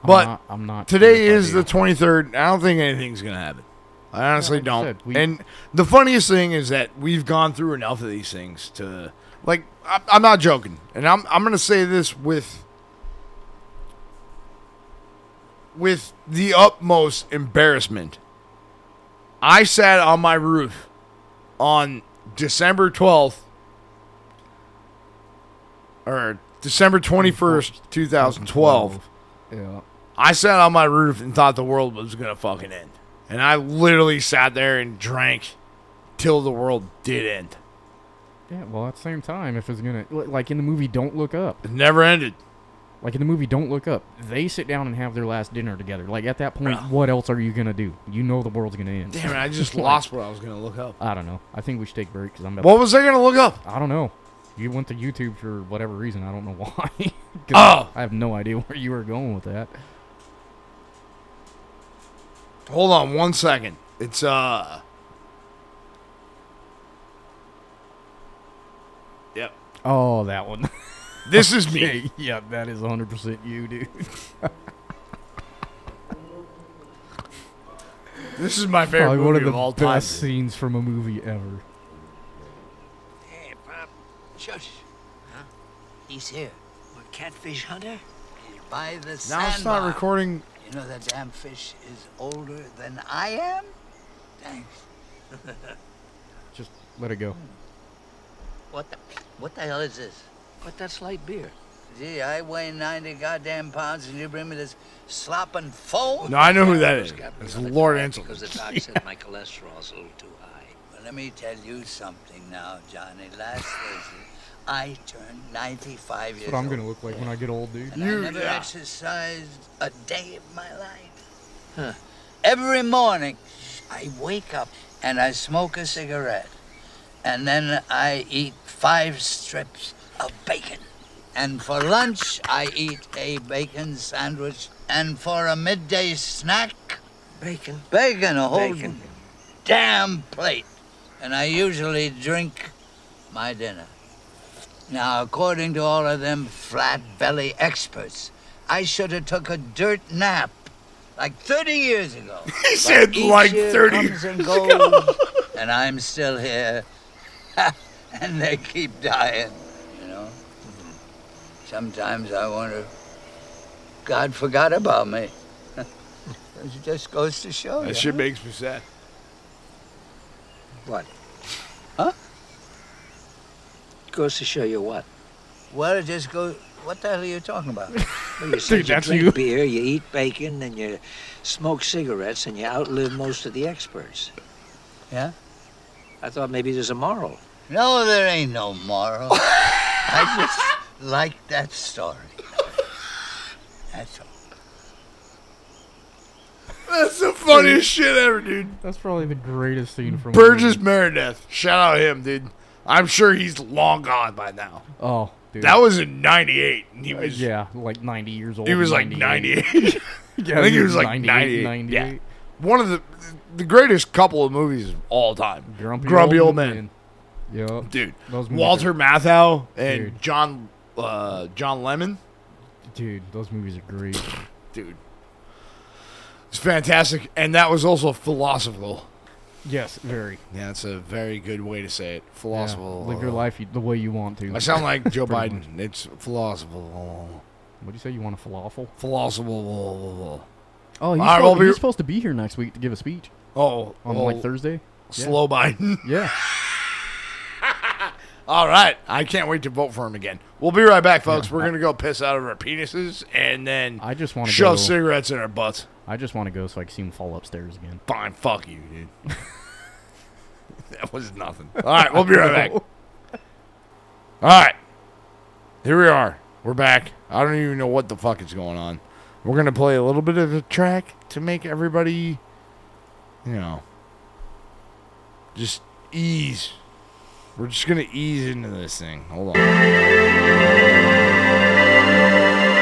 Speaker 1: I'm
Speaker 2: But
Speaker 1: not- I'm not sure
Speaker 2: Today
Speaker 1: if I
Speaker 2: is
Speaker 1: do.
Speaker 2: the 23rd. I don't think anything's going to happen. I honestly
Speaker 1: like I
Speaker 2: don't.
Speaker 1: said, we-
Speaker 2: and the funniest thing is that we've gone through enough of these things to like I, I'm not joking. And I'm I'm going to say this with with the utmost embarrassment. I sat on my roof on December 12th or December 21st, 2012.
Speaker 1: Yeah.
Speaker 2: I sat on my roof and thought the world was gonna fucking end. And I literally sat there and drank till the world did end.
Speaker 1: Yeah. Well, at the same time, if it's gonna li- like in the movie, don't look up.
Speaker 2: It never ended.
Speaker 1: Like in the movie Don't Look Up, they sit down and have their last dinner together. Like at that point, what else are you gonna do? You know the world's gonna end.
Speaker 2: Damn it, I just
Speaker 1: Like,
Speaker 2: lost what I was going to look up.
Speaker 1: I don't know. I think we should take a break because I'm. About
Speaker 2: What was I going to look up?
Speaker 1: I don't know. You went to YouTube for whatever reason. I don't know why. 'Cause
Speaker 2: Oh.
Speaker 1: I have no idea where you were going with that.
Speaker 2: Hold on one second. It's uh Yep.
Speaker 1: Oh, that one.
Speaker 2: This is me.
Speaker 1: Okay, Yeah, that is 100% you, dude.
Speaker 2: This is my favorite
Speaker 1: Probably one
Speaker 2: movie
Speaker 1: of
Speaker 2: of,
Speaker 1: the
Speaker 2: all time.
Speaker 1: best scenes from a movie ever.
Speaker 13: Hey, Pop. Shush. Huh? He's here. What, catfish hunter? By the
Speaker 2: Now it's not
Speaker 13: sandbar.
Speaker 2: recording.
Speaker 13: You know that damn fish is older than I am? Thanks.
Speaker 1: Just let it go.
Speaker 13: What the what the hell is this? What that light beer? Gee, I weigh 90 goddamn pounds and you bring me this slopping foam?
Speaker 2: No, I know who that is. It's Lord Ansel.
Speaker 13: Because the doc said my cholesterol's a little too high. But let me tell you something now, Johnny. Last Thursday, I turned 95
Speaker 1: That's
Speaker 13: years
Speaker 1: what I'm
Speaker 13: old.
Speaker 1: going to look like when I get old, dude.
Speaker 13: And I never exercised a day of my life. Every morning, I wake up and I smoke a cigarette. And then I eat five strips of bacon. And for lunch, I eat a bacon sandwich. And for a midday snack, bacon. Bacon, a whole damn plate. And I usually drink my dinner. Now, according to all of them flat belly experts, I should have took a dirt nap like 30 years ago. he
Speaker 2: said like 30
Speaker 13: and
Speaker 2: years
Speaker 13: goes,
Speaker 2: ago.
Speaker 13: and I'm still here. and they keep dying, you know. Sometimes I wonder, God forgot about me. it just goes to show you.
Speaker 2: That shit makes me sad.
Speaker 13: What? Huh? Goes to show you what? Well, it just goes. What the hell are you talking about?
Speaker 14: Well, you
Speaker 13: Dude,
Speaker 14: said you
Speaker 13: that's
Speaker 14: drink
Speaker 13: you.
Speaker 14: beer, you eat bacon, and you smoke cigarettes, and you outlive most of the experts.
Speaker 13: Yeah?
Speaker 14: I thought maybe there's a moral.
Speaker 13: no, there ain't no moral. I just like that story. That's all.
Speaker 2: That's the funniest shit ever, dude.
Speaker 1: That's probably the greatest scene from a
Speaker 2: Burgess
Speaker 1: movie.
Speaker 2: Meredith. Shout out him, dude. I'm sure he's long gone by now.
Speaker 1: Oh, dude.
Speaker 2: That was in 98 and he
Speaker 1: Uh,
Speaker 2: was
Speaker 1: yeah, like 90 years old.
Speaker 2: He was like 98. I think he was like 98.
Speaker 1: 98.
Speaker 2: Yeah. One of the the greatest couple of movies of all time.
Speaker 1: Grumpy,
Speaker 2: old,
Speaker 1: old
Speaker 2: men.
Speaker 1: Yeah.
Speaker 2: Dude.
Speaker 1: Those movies
Speaker 2: Walter
Speaker 1: are-
Speaker 2: Matthau and
Speaker 1: Dude.
Speaker 2: John uh, John Lemon.
Speaker 1: Dude, those movies are great.
Speaker 2: Dude. It's fantastic and that was also philosophical.
Speaker 1: Yes, very.
Speaker 2: Yeah, that's a very good way to say it. Philosophical.
Speaker 1: Yeah, Live your life you- the way you want to.
Speaker 2: uh, I sound like Joe
Speaker 1: Pretty
Speaker 2: Biden.
Speaker 1: much.
Speaker 2: It's philosophical.
Speaker 1: What do you say? You want a falafel?
Speaker 2: Philosophical.
Speaker 1: Oh, he's,
Speaker 2: All right,
Speaker 1: supposed,
Speaker 2: we'll be-
Speaker 1: he's supposed to be here next week to give a speech.
Speaker 2: Oh,
Speaker 1: on
Speaker 2: oh,
Speaker 1: like Thursday. Yeah.
Speaker 2: Slow Biden.
Speaker 1: Yeah.
Speaker 2: All right. I can't wait to vote for him again. We'll be right back, folks. We're going to go piss out of our penises and then
Speaker 1: I just want to go.
Speaker 2: shove cigarettes in our butts.
Speaker 1: I just want to go so I can see him fall upstairs again.
Speaker 2: Fine. Fuck you, dude. that was nothing. All right. We'll be right back. All right. Here we are. We're back. I don't even know what the fuck is going on. We're going to play a little bit of a track to make everybody, you know, just ease. We're just going to ease into this thing. Hold on.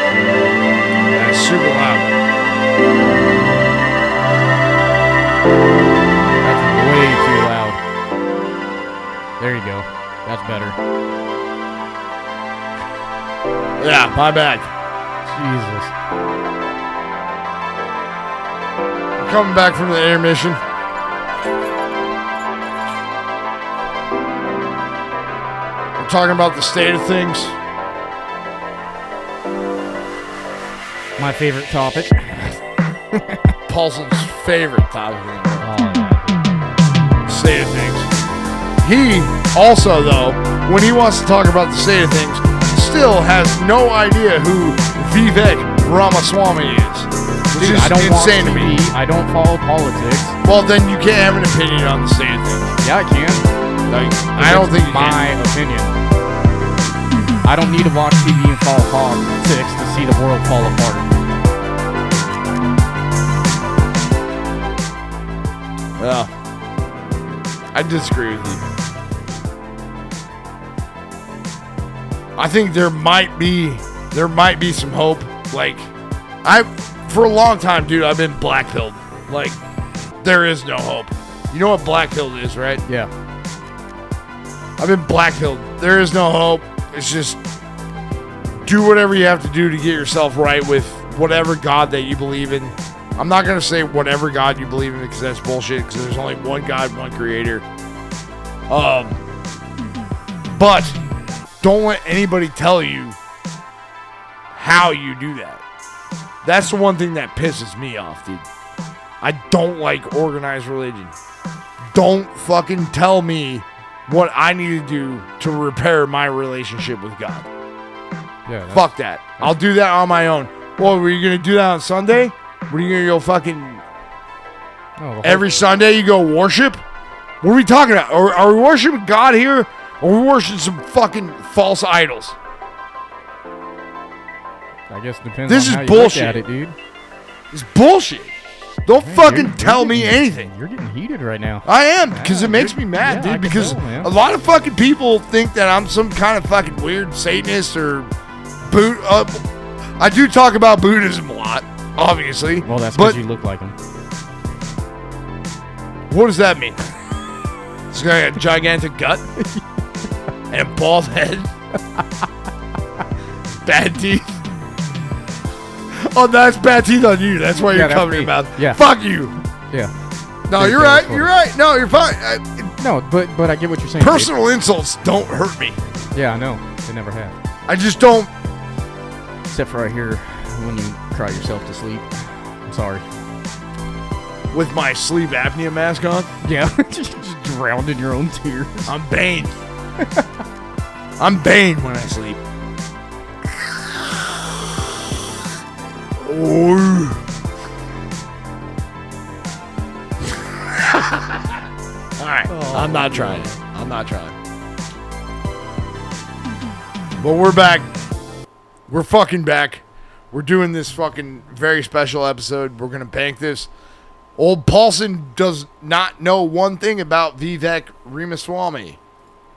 Speaker 2: That's super loud.
Speaker 1: That's way too loud. There you go. That's better.
Speaker 2: Yeah, my bad.
Speaker 1: Jesus.
Speaker 2: We're coming back from the intermission. We're talking about the state of things.
Speaker 1: My favorite topic.
Speaker 2: Paulson's favorite topic.
Speaker 1: Oh, yeah.
Speaker 2: state of things. He also, though, when he wants to talk about the state of things, still has no idea who Vivek Ramaswamy is. Which
Speaker 1: Dude,
Speaker 2: is
Speaker 1: I don't watch
Speaker 2: insane to me.
Speaker 1: TV. I don't follow politics.
Speaker 2: Well, then you can't have an opinion on the state of things.
Speaker 1: Yeah, I can.
Speaker 2: Like, I don't
Speaker 1: It's
Speaker 2: think you
Speaker 1: my
Speaker 2: can.
Speaker 1: opinion. I don't need to watch TV and follow Hog 6 to see the world fall apart.
Speaker 2: Yeah. I disagree with you. I think there might be there might be some hope. Like I for a long time, dude, I've been blackpilled. Like there is no hope. You know what blackpilled is, right?
Speaker 1: Yeah.
Speaker 2: I've been blackpilled. There is no hope. It's just do whatever you have to do to get yourself right with whatever God that you believe in. I'm not going to say whatever God you believe in because that's bullshit because there's only one God, one creator. Um, but don't let anybody tell you how you do that. That's the one thing that pisses me off, dude. I don't like organized religion. Don't fucking tell me what I need to do to repair my relationship with God.
Speaker 1: Yeah. that's-
Speaker 2: Fuck that. I'll do that on my own. Well, were you gonna do that on Sunday? Were you gonna go fucking
Speaker 1: no, Oh, the whole-
Speaker 2: every Sunday you go worship? What are we talking about? Are, are we worshiping God here? Or are we worshiping some fucking false idols?
Speaker 1: I guess it depends
Speaker 2: this
Speaker 1: on
Speaker 2: is
Speaker 1: how
Speaker 2: bullshit.
Speaker 1: you look at it, dude.
Speaker 2: It's bullshit. Don't fucking
Speaker 1: You're-
Speaker 2: tell
Speaker 1: you're
Speaker 2: me
Speaker 1: getting-
Speaker 2: anything.
Speaker 1: You're getting heated right now.
Speaker 2: I am because it makes me
Speaker 1: yeah,
Speaker 2: mad,
Speaker 1: I
Speaker 2: dude.
Speaker 1: can
Speaker 2: Because
Speaker 1: tell, man.
Speaker 2: a lot of fucking people think that I'm some kind of fucking weird Satanist or boot up. I do talk about Buddhism a lot, obviously.
Speaker 1: Well, that's
Speaker 2: but
Speaker 1: because you look like him.
Speaker 2: what does that mean? It's got a gigantic gut and a bald head, bad teeth. Oh, that's bad teeth on you. That's why
Speaker 1: Yeah,
Speaker 2: you're
Speaker 1: that's
Speaker 2: covering
Speaker 1: me.
Speaker 2: your mouth.
Speaker 1: Yeah.
Speaker 2: Fuck you.
Speaker 1: Yeah.
Speaker 2: No,
Speaker 1: Dude,
Speaker 2: you're
Speaker 1: that was
Speaker 2: right.
Speaker 1: funny.
Speaker 2: You're right. No, you're fine. I,
Speaker 1: No, but but I get what you're saying. dude.
Speaker 2: personal insults don't hurt me.
Speaker 1: Yeah, I know. They never have.
Speaker 2: I just don't.
Speaker 1: Except for right here when you cry yourself to sleep. I'm sorry.
Speaker 2: With my sleep apnea mask on,
Speaker 1: Yeah, just drowned in your own tears.
Speaker 2: I'm Bane. I'm Bane when I sleep. Oh. All right, I'm not trying. I'm not trying. But we're back. We're fucking back. We're doing this fucking very special episode. We're gonna bank this. Old Paulson does not know one thing about Vivek Ramaswamy,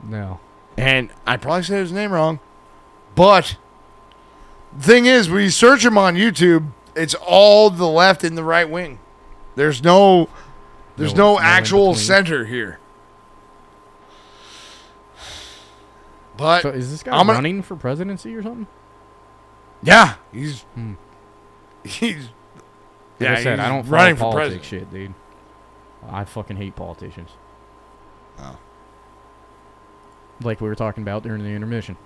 Speaker 1: No.
Speaker 2: and I probably said his name wrong. But the thing is, when you search him on YouTube, it's all the left and the right wing. There's no, there's
Speaker 1: No-
Speaker 2: no,
Speaker 1: no in
Speaker 2: actual
Speaker 1: between.
Speaker 2: center here. But
Speaker 1: So is this guy
Speaker 2: I'm gonna-
Speaker 1: running for presidency or something?
Speaker 2: yeah, he's he's
Speaker 1: Like I said, I
Speaker 2: he's
Speaker 1: don't follow
Speaker 2: running for
Speaker 1: politics
Speaker 2: president.
Speaker 1: shit, dude. I fucking hate politicians.
Speaker 2: Oh.
Speaker 1: Like we were talking about during the intermission.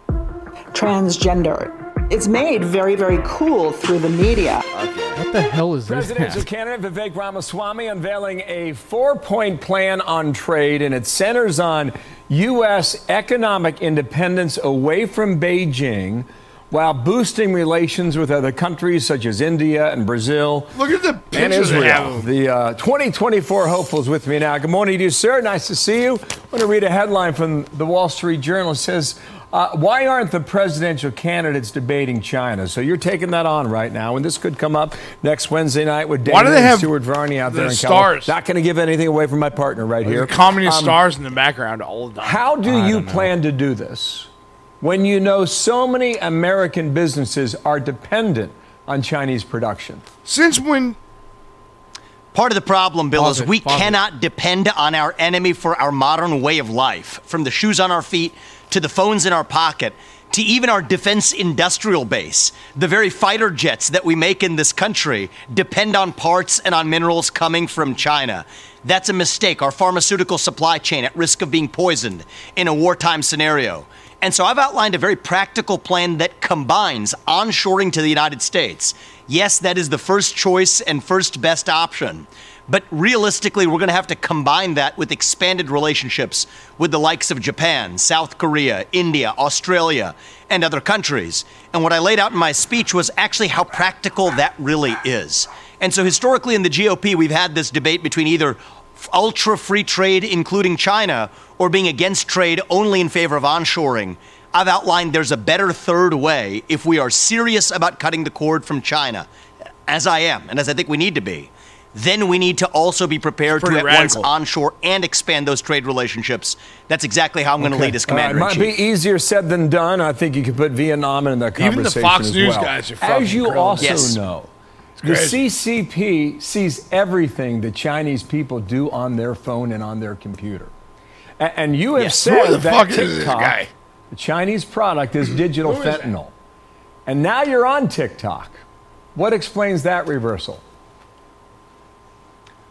Speaker 9: Transgender. It's made very, very cool through the media.
Speaker 1: What the hell is this?
Speaker 15: Presidential candidate Vivek Ramaswamy unveiling a four point plan on trade, and it centers on U.S. economic independence away from Beijing while boosting relations with other countries such as India and Brazil.
Speaker 2: Look at the
Speaker 15: and
Speaker 2: pictures they have of
Speaker 15: Israel. The uh, 2024 hopefuls with me now. Good morning to you, sir. Nice to see you. I'm going to read a headline from the Wall Street Journal. It says, uh, Why aren't the presidential candidates debating China? So you're taking that on right now, and this could come up next Wednesday night with Dana
Speaker 2: Why do they
Speaker 15: and
Speaker 2: have
Speaker 15: Stuart Varney out
Speaker 2: the
Speaker 15: there in
Speaker 2: stars?
Speaker 15: California. Not going to give anything away from my partner right here.
Speaker 2: The communist
Speaker 15: Um,
Speaker 2: stars in the background all the time.
Speaker 15: How do you plan to do this when you know so many American businesses are dependent on Chinese production?
Speaker 2: Since when?
Speaker 16: Part of the problem, Bill,
Speaker 1: Pause
Speaker 16: is
Speaker 1: it,
Speaker 16: we
Speaker 1: pause it.
Speaker 16: cannot depend on our enemy for our modern way of life, from the shoes on our feet to the phones in our pocket to even our defense industrial base. The very fighter jets that we make in this country depend on parts and on minerals coming from
Speaker 15: Uh,
Speaker 16: China. That's a mistake. Our pharmaceutical supply chain at risk of being poisoned in a wartime scenario. And so I've outlined a very practical plan that combines onshoring to the United States. Yes, that is the first choice and first best option. But realistically, we're going to have to combine that with expanded relationships with the likes of Japan, South Korea, India, Australia, and other countries. And what I laid out in my speech was actually how practical that really is. And so historically in the GOP, we've had this debate between either ultra free trade, including China, or being against trade only in favor of onshoring. I've outlined there's a better third way if we are serious about cutting the cord from China, as I am, and as I think we need to be. Then we need to also be prepared to
Speaker 15: pretty
Speaker 16: at
Speaker 15: radical.
Speaker 16: once onshore and expand those trade relationships. That's exactly how I'm going to lead as commander in
Speaker 15: It might
Speaker 16: chief.
Speaker 15: be easier said than done. I think you could put Vietnam in that
Speaker 16: Even
Speaker 15: conversation
Speaker 16: the
Speaker 2: Fox
Speaker 15: as
Speaker 2: News
Speaker 15: well.
Speaker 2: guys are fucking
Speaker 15: As you
Speaker 2: incredible.
Speaker 15: also
Speaker 2: Yes.
Speaker 15: know, the
Speaker 2: crazy.
Speaker 15: CCP sees everything the Chinese people do on their phone and on their computer. A- And you have
Speaker 2: Yes.
Speaker 15: said
Speaker 2: Who the
Speaker 15: that
Speaker 2: fuck
Speaker 15: TikTok,
Speaker 2: is this guy?
Speaker 15: the Chinese product, is digital
Speaker 2: Who is that?
Speaker 15: fentanyl. And now you're on TikTok. What explains that reversal?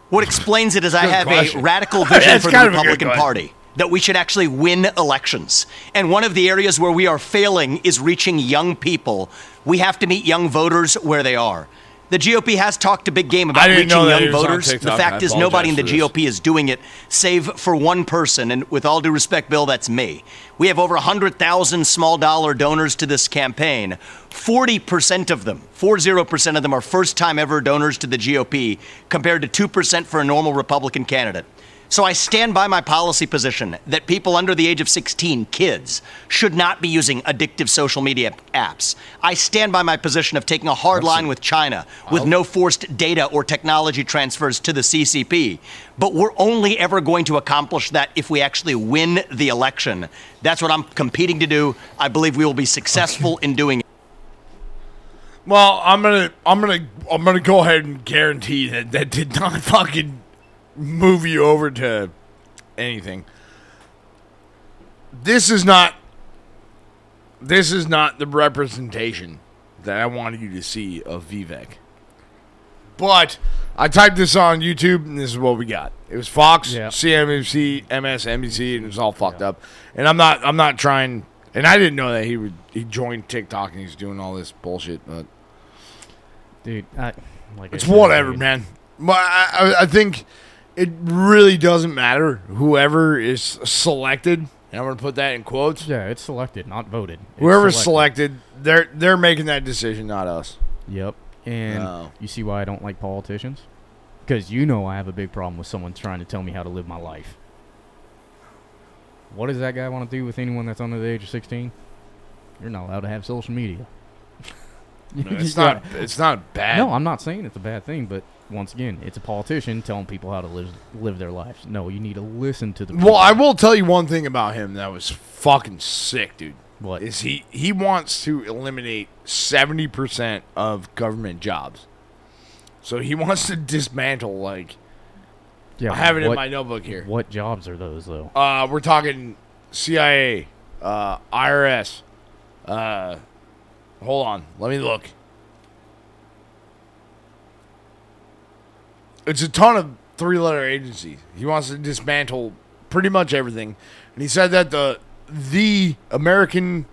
Speaker 16: What explains it is I
Speaker 15: Good
Speaker 16: have
Speaker 15: question.
Speaker 16: a radical vision
Speaker 15: That's
Speaker 16: for the
Speaker 15: kind of a good
Speaker 16: Republican
Speaker 15: question.
Speaker 16: Party that we should actually win elections. And one of the areas where we are failing is reaching young people. We have to meet young voters where they are. The GOP has talked a big game
Speaker 2: I
Speaker 16: about
Speaker 2: didn't
Speaker 16: reaching
Speaker 2: know that
Speaker 16: young
Speaker 2: he was on
Speaker 16: voters.
Speaker 2: TikTok,
Speaker 16: the
Speaker 2: and I
Speaker 16: fact is, nobody in the
Speaker 2: apologize for this.
Speaker 16: GOP. GOP is doing it, save for one person. And with all due respect, Bill, that's me. We have over 100,000 small dollar donors to this campaign. 40% of them, 40% of them are first time ever donors to the GOP, compared to 2% for a normal Republican candidate. So I stand by my policy position that people under the age of 16, kids, should not be using addictive social media apps. I stand by my position of taking a hard line with China, with no forced data or technology transfers to the CCP. But we're only ever going to accomplish that if we actually win the election. That's what I'm competing to do. I believe we will be successful in doing it.
Speaker 2: Well, I'm gonna, I'm gonna, I'm gonna go ahead and guarantee that that did not fucking move you over to anything. This is not, this is not the representation that I wanted you to see of Vivek. But I typed this on YouTube, and this is what we got. It was Fox,
Speaker 1: Yeah.
Speaker 2: CNBC, MSNBC, and it was all fucked up. And I'm not, I'm not trying. And I didn't know that he would, he joined TikTok and he's doing all this bullshit. But
Speaker 1: dude. I, like I
Speaker 2: it's
Speaker 1: said,
Speaker 2: whatever,
Speaker 1: dude.
Speaker 2: man. But I, I, I think it really doesn't matter whoever is selected. And I'm gonna put that in quotes.
Speaker 1: Yeah, it's selected, not voted. It's
Speaker 2: Whoever's selected, they're they're making that decision, not us.
Speaker 1: Yep. And
Speaker 2: No.
Speaker 1: you see why I don't like politicians? Because you know I have a big problem with someone trying to tell me how to live my life. What does that guy want to do with anyone that's under the age of 16? You're not allowed to have social media.
Speaker 2: No,
Speaker 1: You
Speaker 2: it's
Speaker 1: gotta-
Speaker 2: not. It's not bad.
Speaker 1: No, I'm not saying it's a bad thing, but once again, it's a politician telling people how to live, live their lives. No, you need to listen to the people.
Speaker 2: Well, I will tell you one thing about him that was fucking sick, dude.
Speaker 1: What
Speaker 2: is he? He wants to eliminate seventy percent of government jobs. So he wants to dismantle like
Speaker 1: yeah,
Speaker 2: I have it in
Speaker 1: what-
Speaker 2: my notebook here.
Speaker 1: What jobs are those, though?
Speaker 2: Uh, we're talking CIA, uh, IRS. Uh, hold on, let me look. It's a ton of three-letter agencies. He wants to dismantle pretty much everything, and he said that the the American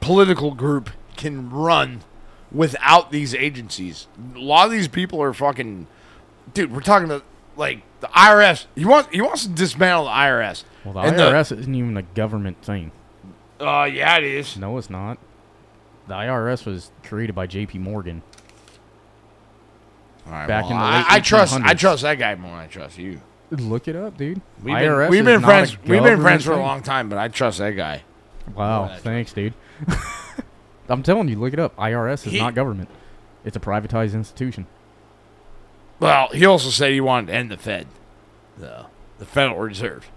Speaker 2: political group can run without these agencies. A lot of these people are fucking dude, we're talking about like the IRS. He wants he wants to dismantle the IRS.
Speaker 1: Well, the
Speaker 2: And
Speaker 1: IRS isn't even a government thing.
Speaker 2: Uh, yeah, it is.
Speaker 1: No, it's not. The IRS was created by J.P. Morgan.
Speaker 2: All right,
Speaker 1: back
Speaker 2: well,
Speaker 1: in the
Speaker 2: I,
Speaker 1: late
Speaker 2: I trust I
Speaker 1: 1800s.
Speaker 2: trust that guy more than I trust you.
Speaker 1: Look it up, dude.
Speaker 2: We've
Speaker 1: IRS
Speaker 2: been, we've
Speaker 1: is
Speaker 2: been
Speaker 1: not a
Speaker 2: friends we've been friends for a
Speaker 1: government
Speaker 2: long time, but I trust that guy.
Speaker 1: thing. Wow, thanks, dude. I'm telling you, look it up. IRS is
Speaker 2: He-
Speaker 1: not government. It's a privatized institution.
Speaker 2: Well, he also said he wanted to end the Fed, the the Federal Reserve,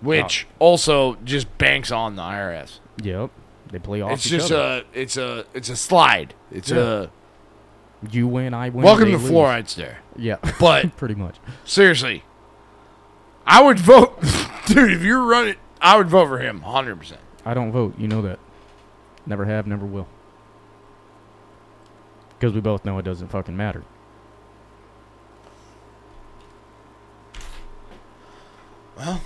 Speaker 2: which also just banks on the IRS.
Speaker 1: Yep, they play off
Speaker 2: It's
Speaker 1: each
Speaker 2: just uh,
Speaker 1: other.
Speaker 2: a it's a it's a slide. It's
Speaker 1: Yeah.
Speaker 2: a
Speaker 1: you win, I win.
Speaker 2: Welcome
Speaker 1: they
Speaker 2: to
Speaker 1: lose.
Speaker 2: fluoride's there.
Speaker 1: Yeah,
Speaker 2: But-
Speaker 1: pretty much.
Speaker 2: Seriously, I would vote, dude. If you're running, I would vote for him, hundred percent.
Speaker 1: I don't vote. You know that. Never have, never will. Because we both know it doesn't fucking matter.
Speaker 2: Well,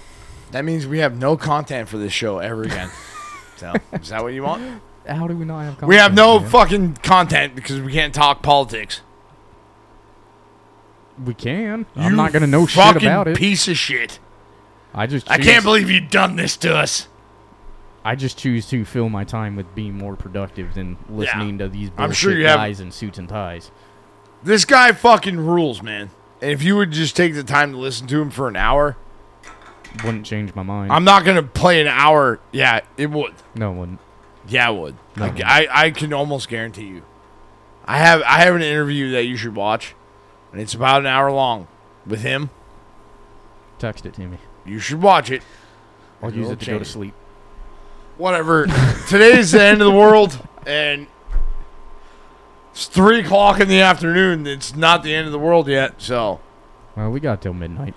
Speaker 2: that means we have no content for this show ever again. so, is that what you want?
Speaker 1: How do we not have?
Speaker 2: we have no
Speaker 1: fuck.
Speaker 2: fucking content because we can't talk politics.
Speaker 1: We can.
Speaker 2: You
Speaker 1: I'm not gonna know shit
Speaker 2: fucking
Speaker 1: about it.
Speaker 2: Piece of shit.
Speaker 1: I just.
Speaker 2: I
Speaker 1: choose-
Speaker 2: can't believe you've done this to us.
Speaker 1: I just choose to fill my time with being more productive than listening to these bullshit
Speaker 2: I'm sure you have-
Speaker 1: guys in suits and ties.
Speaker 2: This guy fucking rules, man. And if you would just take the time to listen to him for an hour,
Speaker 1: wouldn't change my mind.
Speaker 2: I'm not gonna play an hour. Yeah, it would.
Speaker 1: No, it wouldn't.
Speaker 2: Yeah, it would.
Speaker 1: No.
Speaker 2: Like, I, I can almost guarantee you. I have I have an interview that you should watch, and it's about an hour long with him.
Speaker 1: Text it to me.
Speaker 2: You should watch it.
Speaker 1: I'll use it to go to sleep.
Speaker 2: Whatever. Today's the end of the world, and it's three o'clock in the afternoon. It's not the end of the world yet, so
Speaker 1: Well, we got till midnight.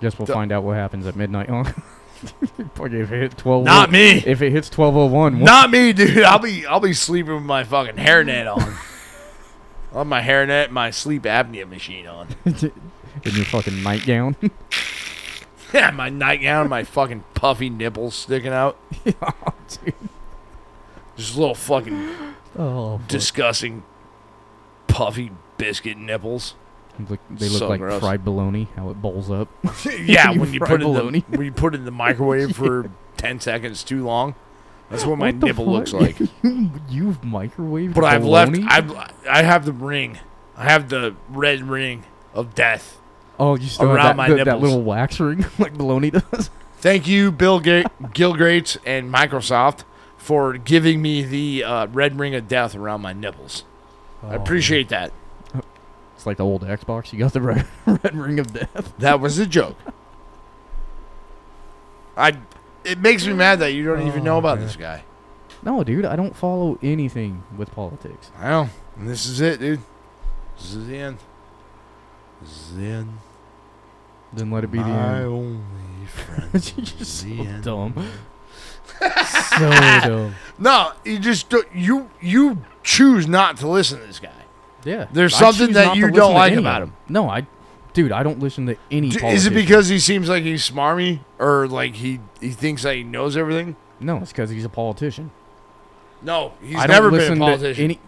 Speaker 1: Guess we'll find out what happens at midnight. Huh? Fuck, if it hit twelve,
Speaker 2: Not me.
Speaker 1: If it hits twelve oh one,
Speaker 2: Not me, dude. I'll be I'll be sleeping with my fucking hairnet on. I'll have my hairnet, and my sleep apnea machine on.
Speaker 1: in your fucking nightgown.
Speaker 2: Yeah, my nightgown, and my fucking puffy nipples sticking out.
Speaker 1: Yeah, Oh, dude.
Speaker 2: Just little fucking
Speaker 1: oh, fuck.
Speaker 2: disgusting puffy biscuit nipples.
Speaker 1: Look- they look
Speaker 2: So
Speaker 1: like
Speaker 2: gross.
Speaker 1: fried bologna. How it bowls up.
Speaker 2: Yeah, when you
Speaker 1: fry
Speaker 2: put it in
Speaker 1: bologna.
Speaker 2: the, when you put it in the microwave for ten seconds too long, that's what my
Speaker 1: What the
Speaker 2: nipple looks
Speaker 1: fuck?
Speaker 2: like.
Speaker 1: You've microwaved.
Speaker 2: But I've left.
Speaker 1: bologna?
Speaker 2: I've, I have the ring. I have the red ring of death.
Speaker 1: Oh, you still
Speaker 2: around
Speaker 1: have
Speaker 2: my
Speaker 1: that, that, that
Speaker 2: nipples.
Speaker 1: little wax ring like bologna does.
Speaker 2: Thank you, Bill Ga- Gilgrates and Microsoft, for giving me the uh, red ring of death around my nipples. I
Speaker 1: Oh.
Speaker 2: appreciate that.
Speaker 1: It's like the old Xbox. You got the red, red ring of death.
Speaker 2: That was a joke. I. It makes me mad that you don't even
Speaker 1: Oh,
Speaker 2: know about this guy.
Speaker 1: No, dude, I don't follow anything with politics.
Speaker 2: I know. And this is it, dude. This is the end. This is the end.
Speaker 1: Then let it be the
Speaker 2: My
Speaker 1: end.
Speaker 2: only friend.
Speaker 1: You're
Speaker 2: is
Speaker 1: so
Speaker 2: the end.
Speaker 1: dumb. so dumb.
Speaker 2: No, you just don't- you you choose not to listen to this guy.
Speaker 1: Yeah.
Speaker 2: There's
Speaker 1: I
Speaker 2: something
Speaker 1: choose
Speaker 2: that
Speaker 1: not to
Speaker 2: you
Speaker 1: listen
Speaker 2: don't
Speaker 1: to
Speaker 2: like
Speaker 1: any
Speaker 2: about
Speaker 1: of
Speaker 2: him.
Speaker 1: 'em. No, I, dude, I don't listen to any.
Speaker 2: D- Is it
Speaker 1: politician.
Speaker 2: because he seems like he's smarmy or like he he thinks that he knows everything?
Speaker 1: No, it's because he's a politician.
Speaker 2: No, he's
Speaker 1: I don't
Speaker 2: never been a
Speaker 1: listen to
Speaker 2: politician.
Speaker 1: any-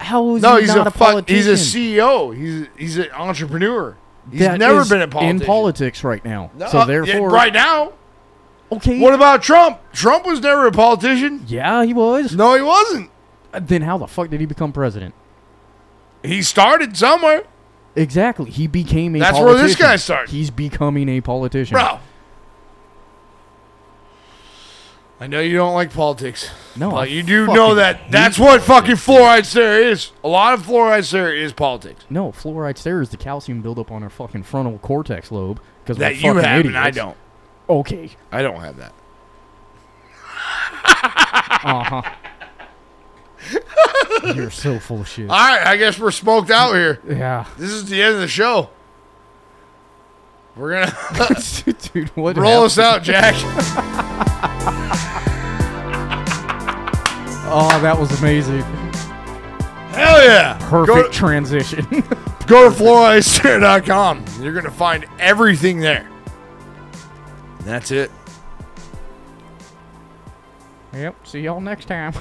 Speaker 1: How is
Speaker 2: no,
Speaker 1: he
Speaker 2: he's
Speaker 1: not
Speaker 2: a,
Speaker 1: a
Speaker 2: fuck. He's a
Speaker 1: politician?
Speaker 2: CEO. He's he's an entrepreneur. He's
Speaker 1: That
Speaker 2: never
Speaker 1: is
Speaker 2: been a politician.
Speaker 1: in politics right now.
Speaker 2: No,
Speaker 1: so
Speaker 2: yeah,
Speaker 1: therefore,
Speaker 2: right now.
Speaker 1: Okay.
Speaker 2: What about Trump? Trump was never a politician.
Speaker 1: Yeah, he was.
Speaker 2: No, he wasn't.
Speaker 1: Then how the fuck did he become president?
Speaker 2: He started somewhere.
Speaker 1: Exactly. He became a
Speaker 2: That's where
Speaker 1: politician.
Speaker 2: this guy started.
Speaker 1: He's becoming a politician.
Speaker 2: Bro. I know you don't like politics.
Speaker 1: No,
Speaker 2: But
Speaker 1: I
Speaker 2: you do
Speaker 1: fucking
Speaker 2: know that
Speaker 1: hate
Speaker 2: that's what fucking fluoride there is. A lot of fluoride there is politics.
Speaker 1: No, fluoride's there is the calcium buildup on our fucking frontal cortex lobe because
Speaker 2: That
Speaker 1: we're
Speaker 2: you
Speaker 1: fucking
Speaker 2: have
Speaker 1: idiots.
Speaker 2: and I don't.
Speaker 1: Okay.
Speaker 2: I don't have that.
Speaker 1: Uh huh. You're so full of shit.
Speaker 2: All right, I guess we're smoked out here.
Speaker 1: Yeah.
Speaker 2: This is the end of the show. We're going to
Speaker 1: Dude, what?
Speaker 2: uh, roll us out,
Speaker 1: happened?
Speaker 2: Jack.
Speaker 1: Oh, that was amazing.
Speaker 2: Hell yeah.
Speaker 1: Perfect
Speaker 2: Go to,
Speaker 1: transition.
Speaker 2: go to fluoridestair.com. You're going to find everything there. And that's it.
Speaker 1: yep. See y'all next time.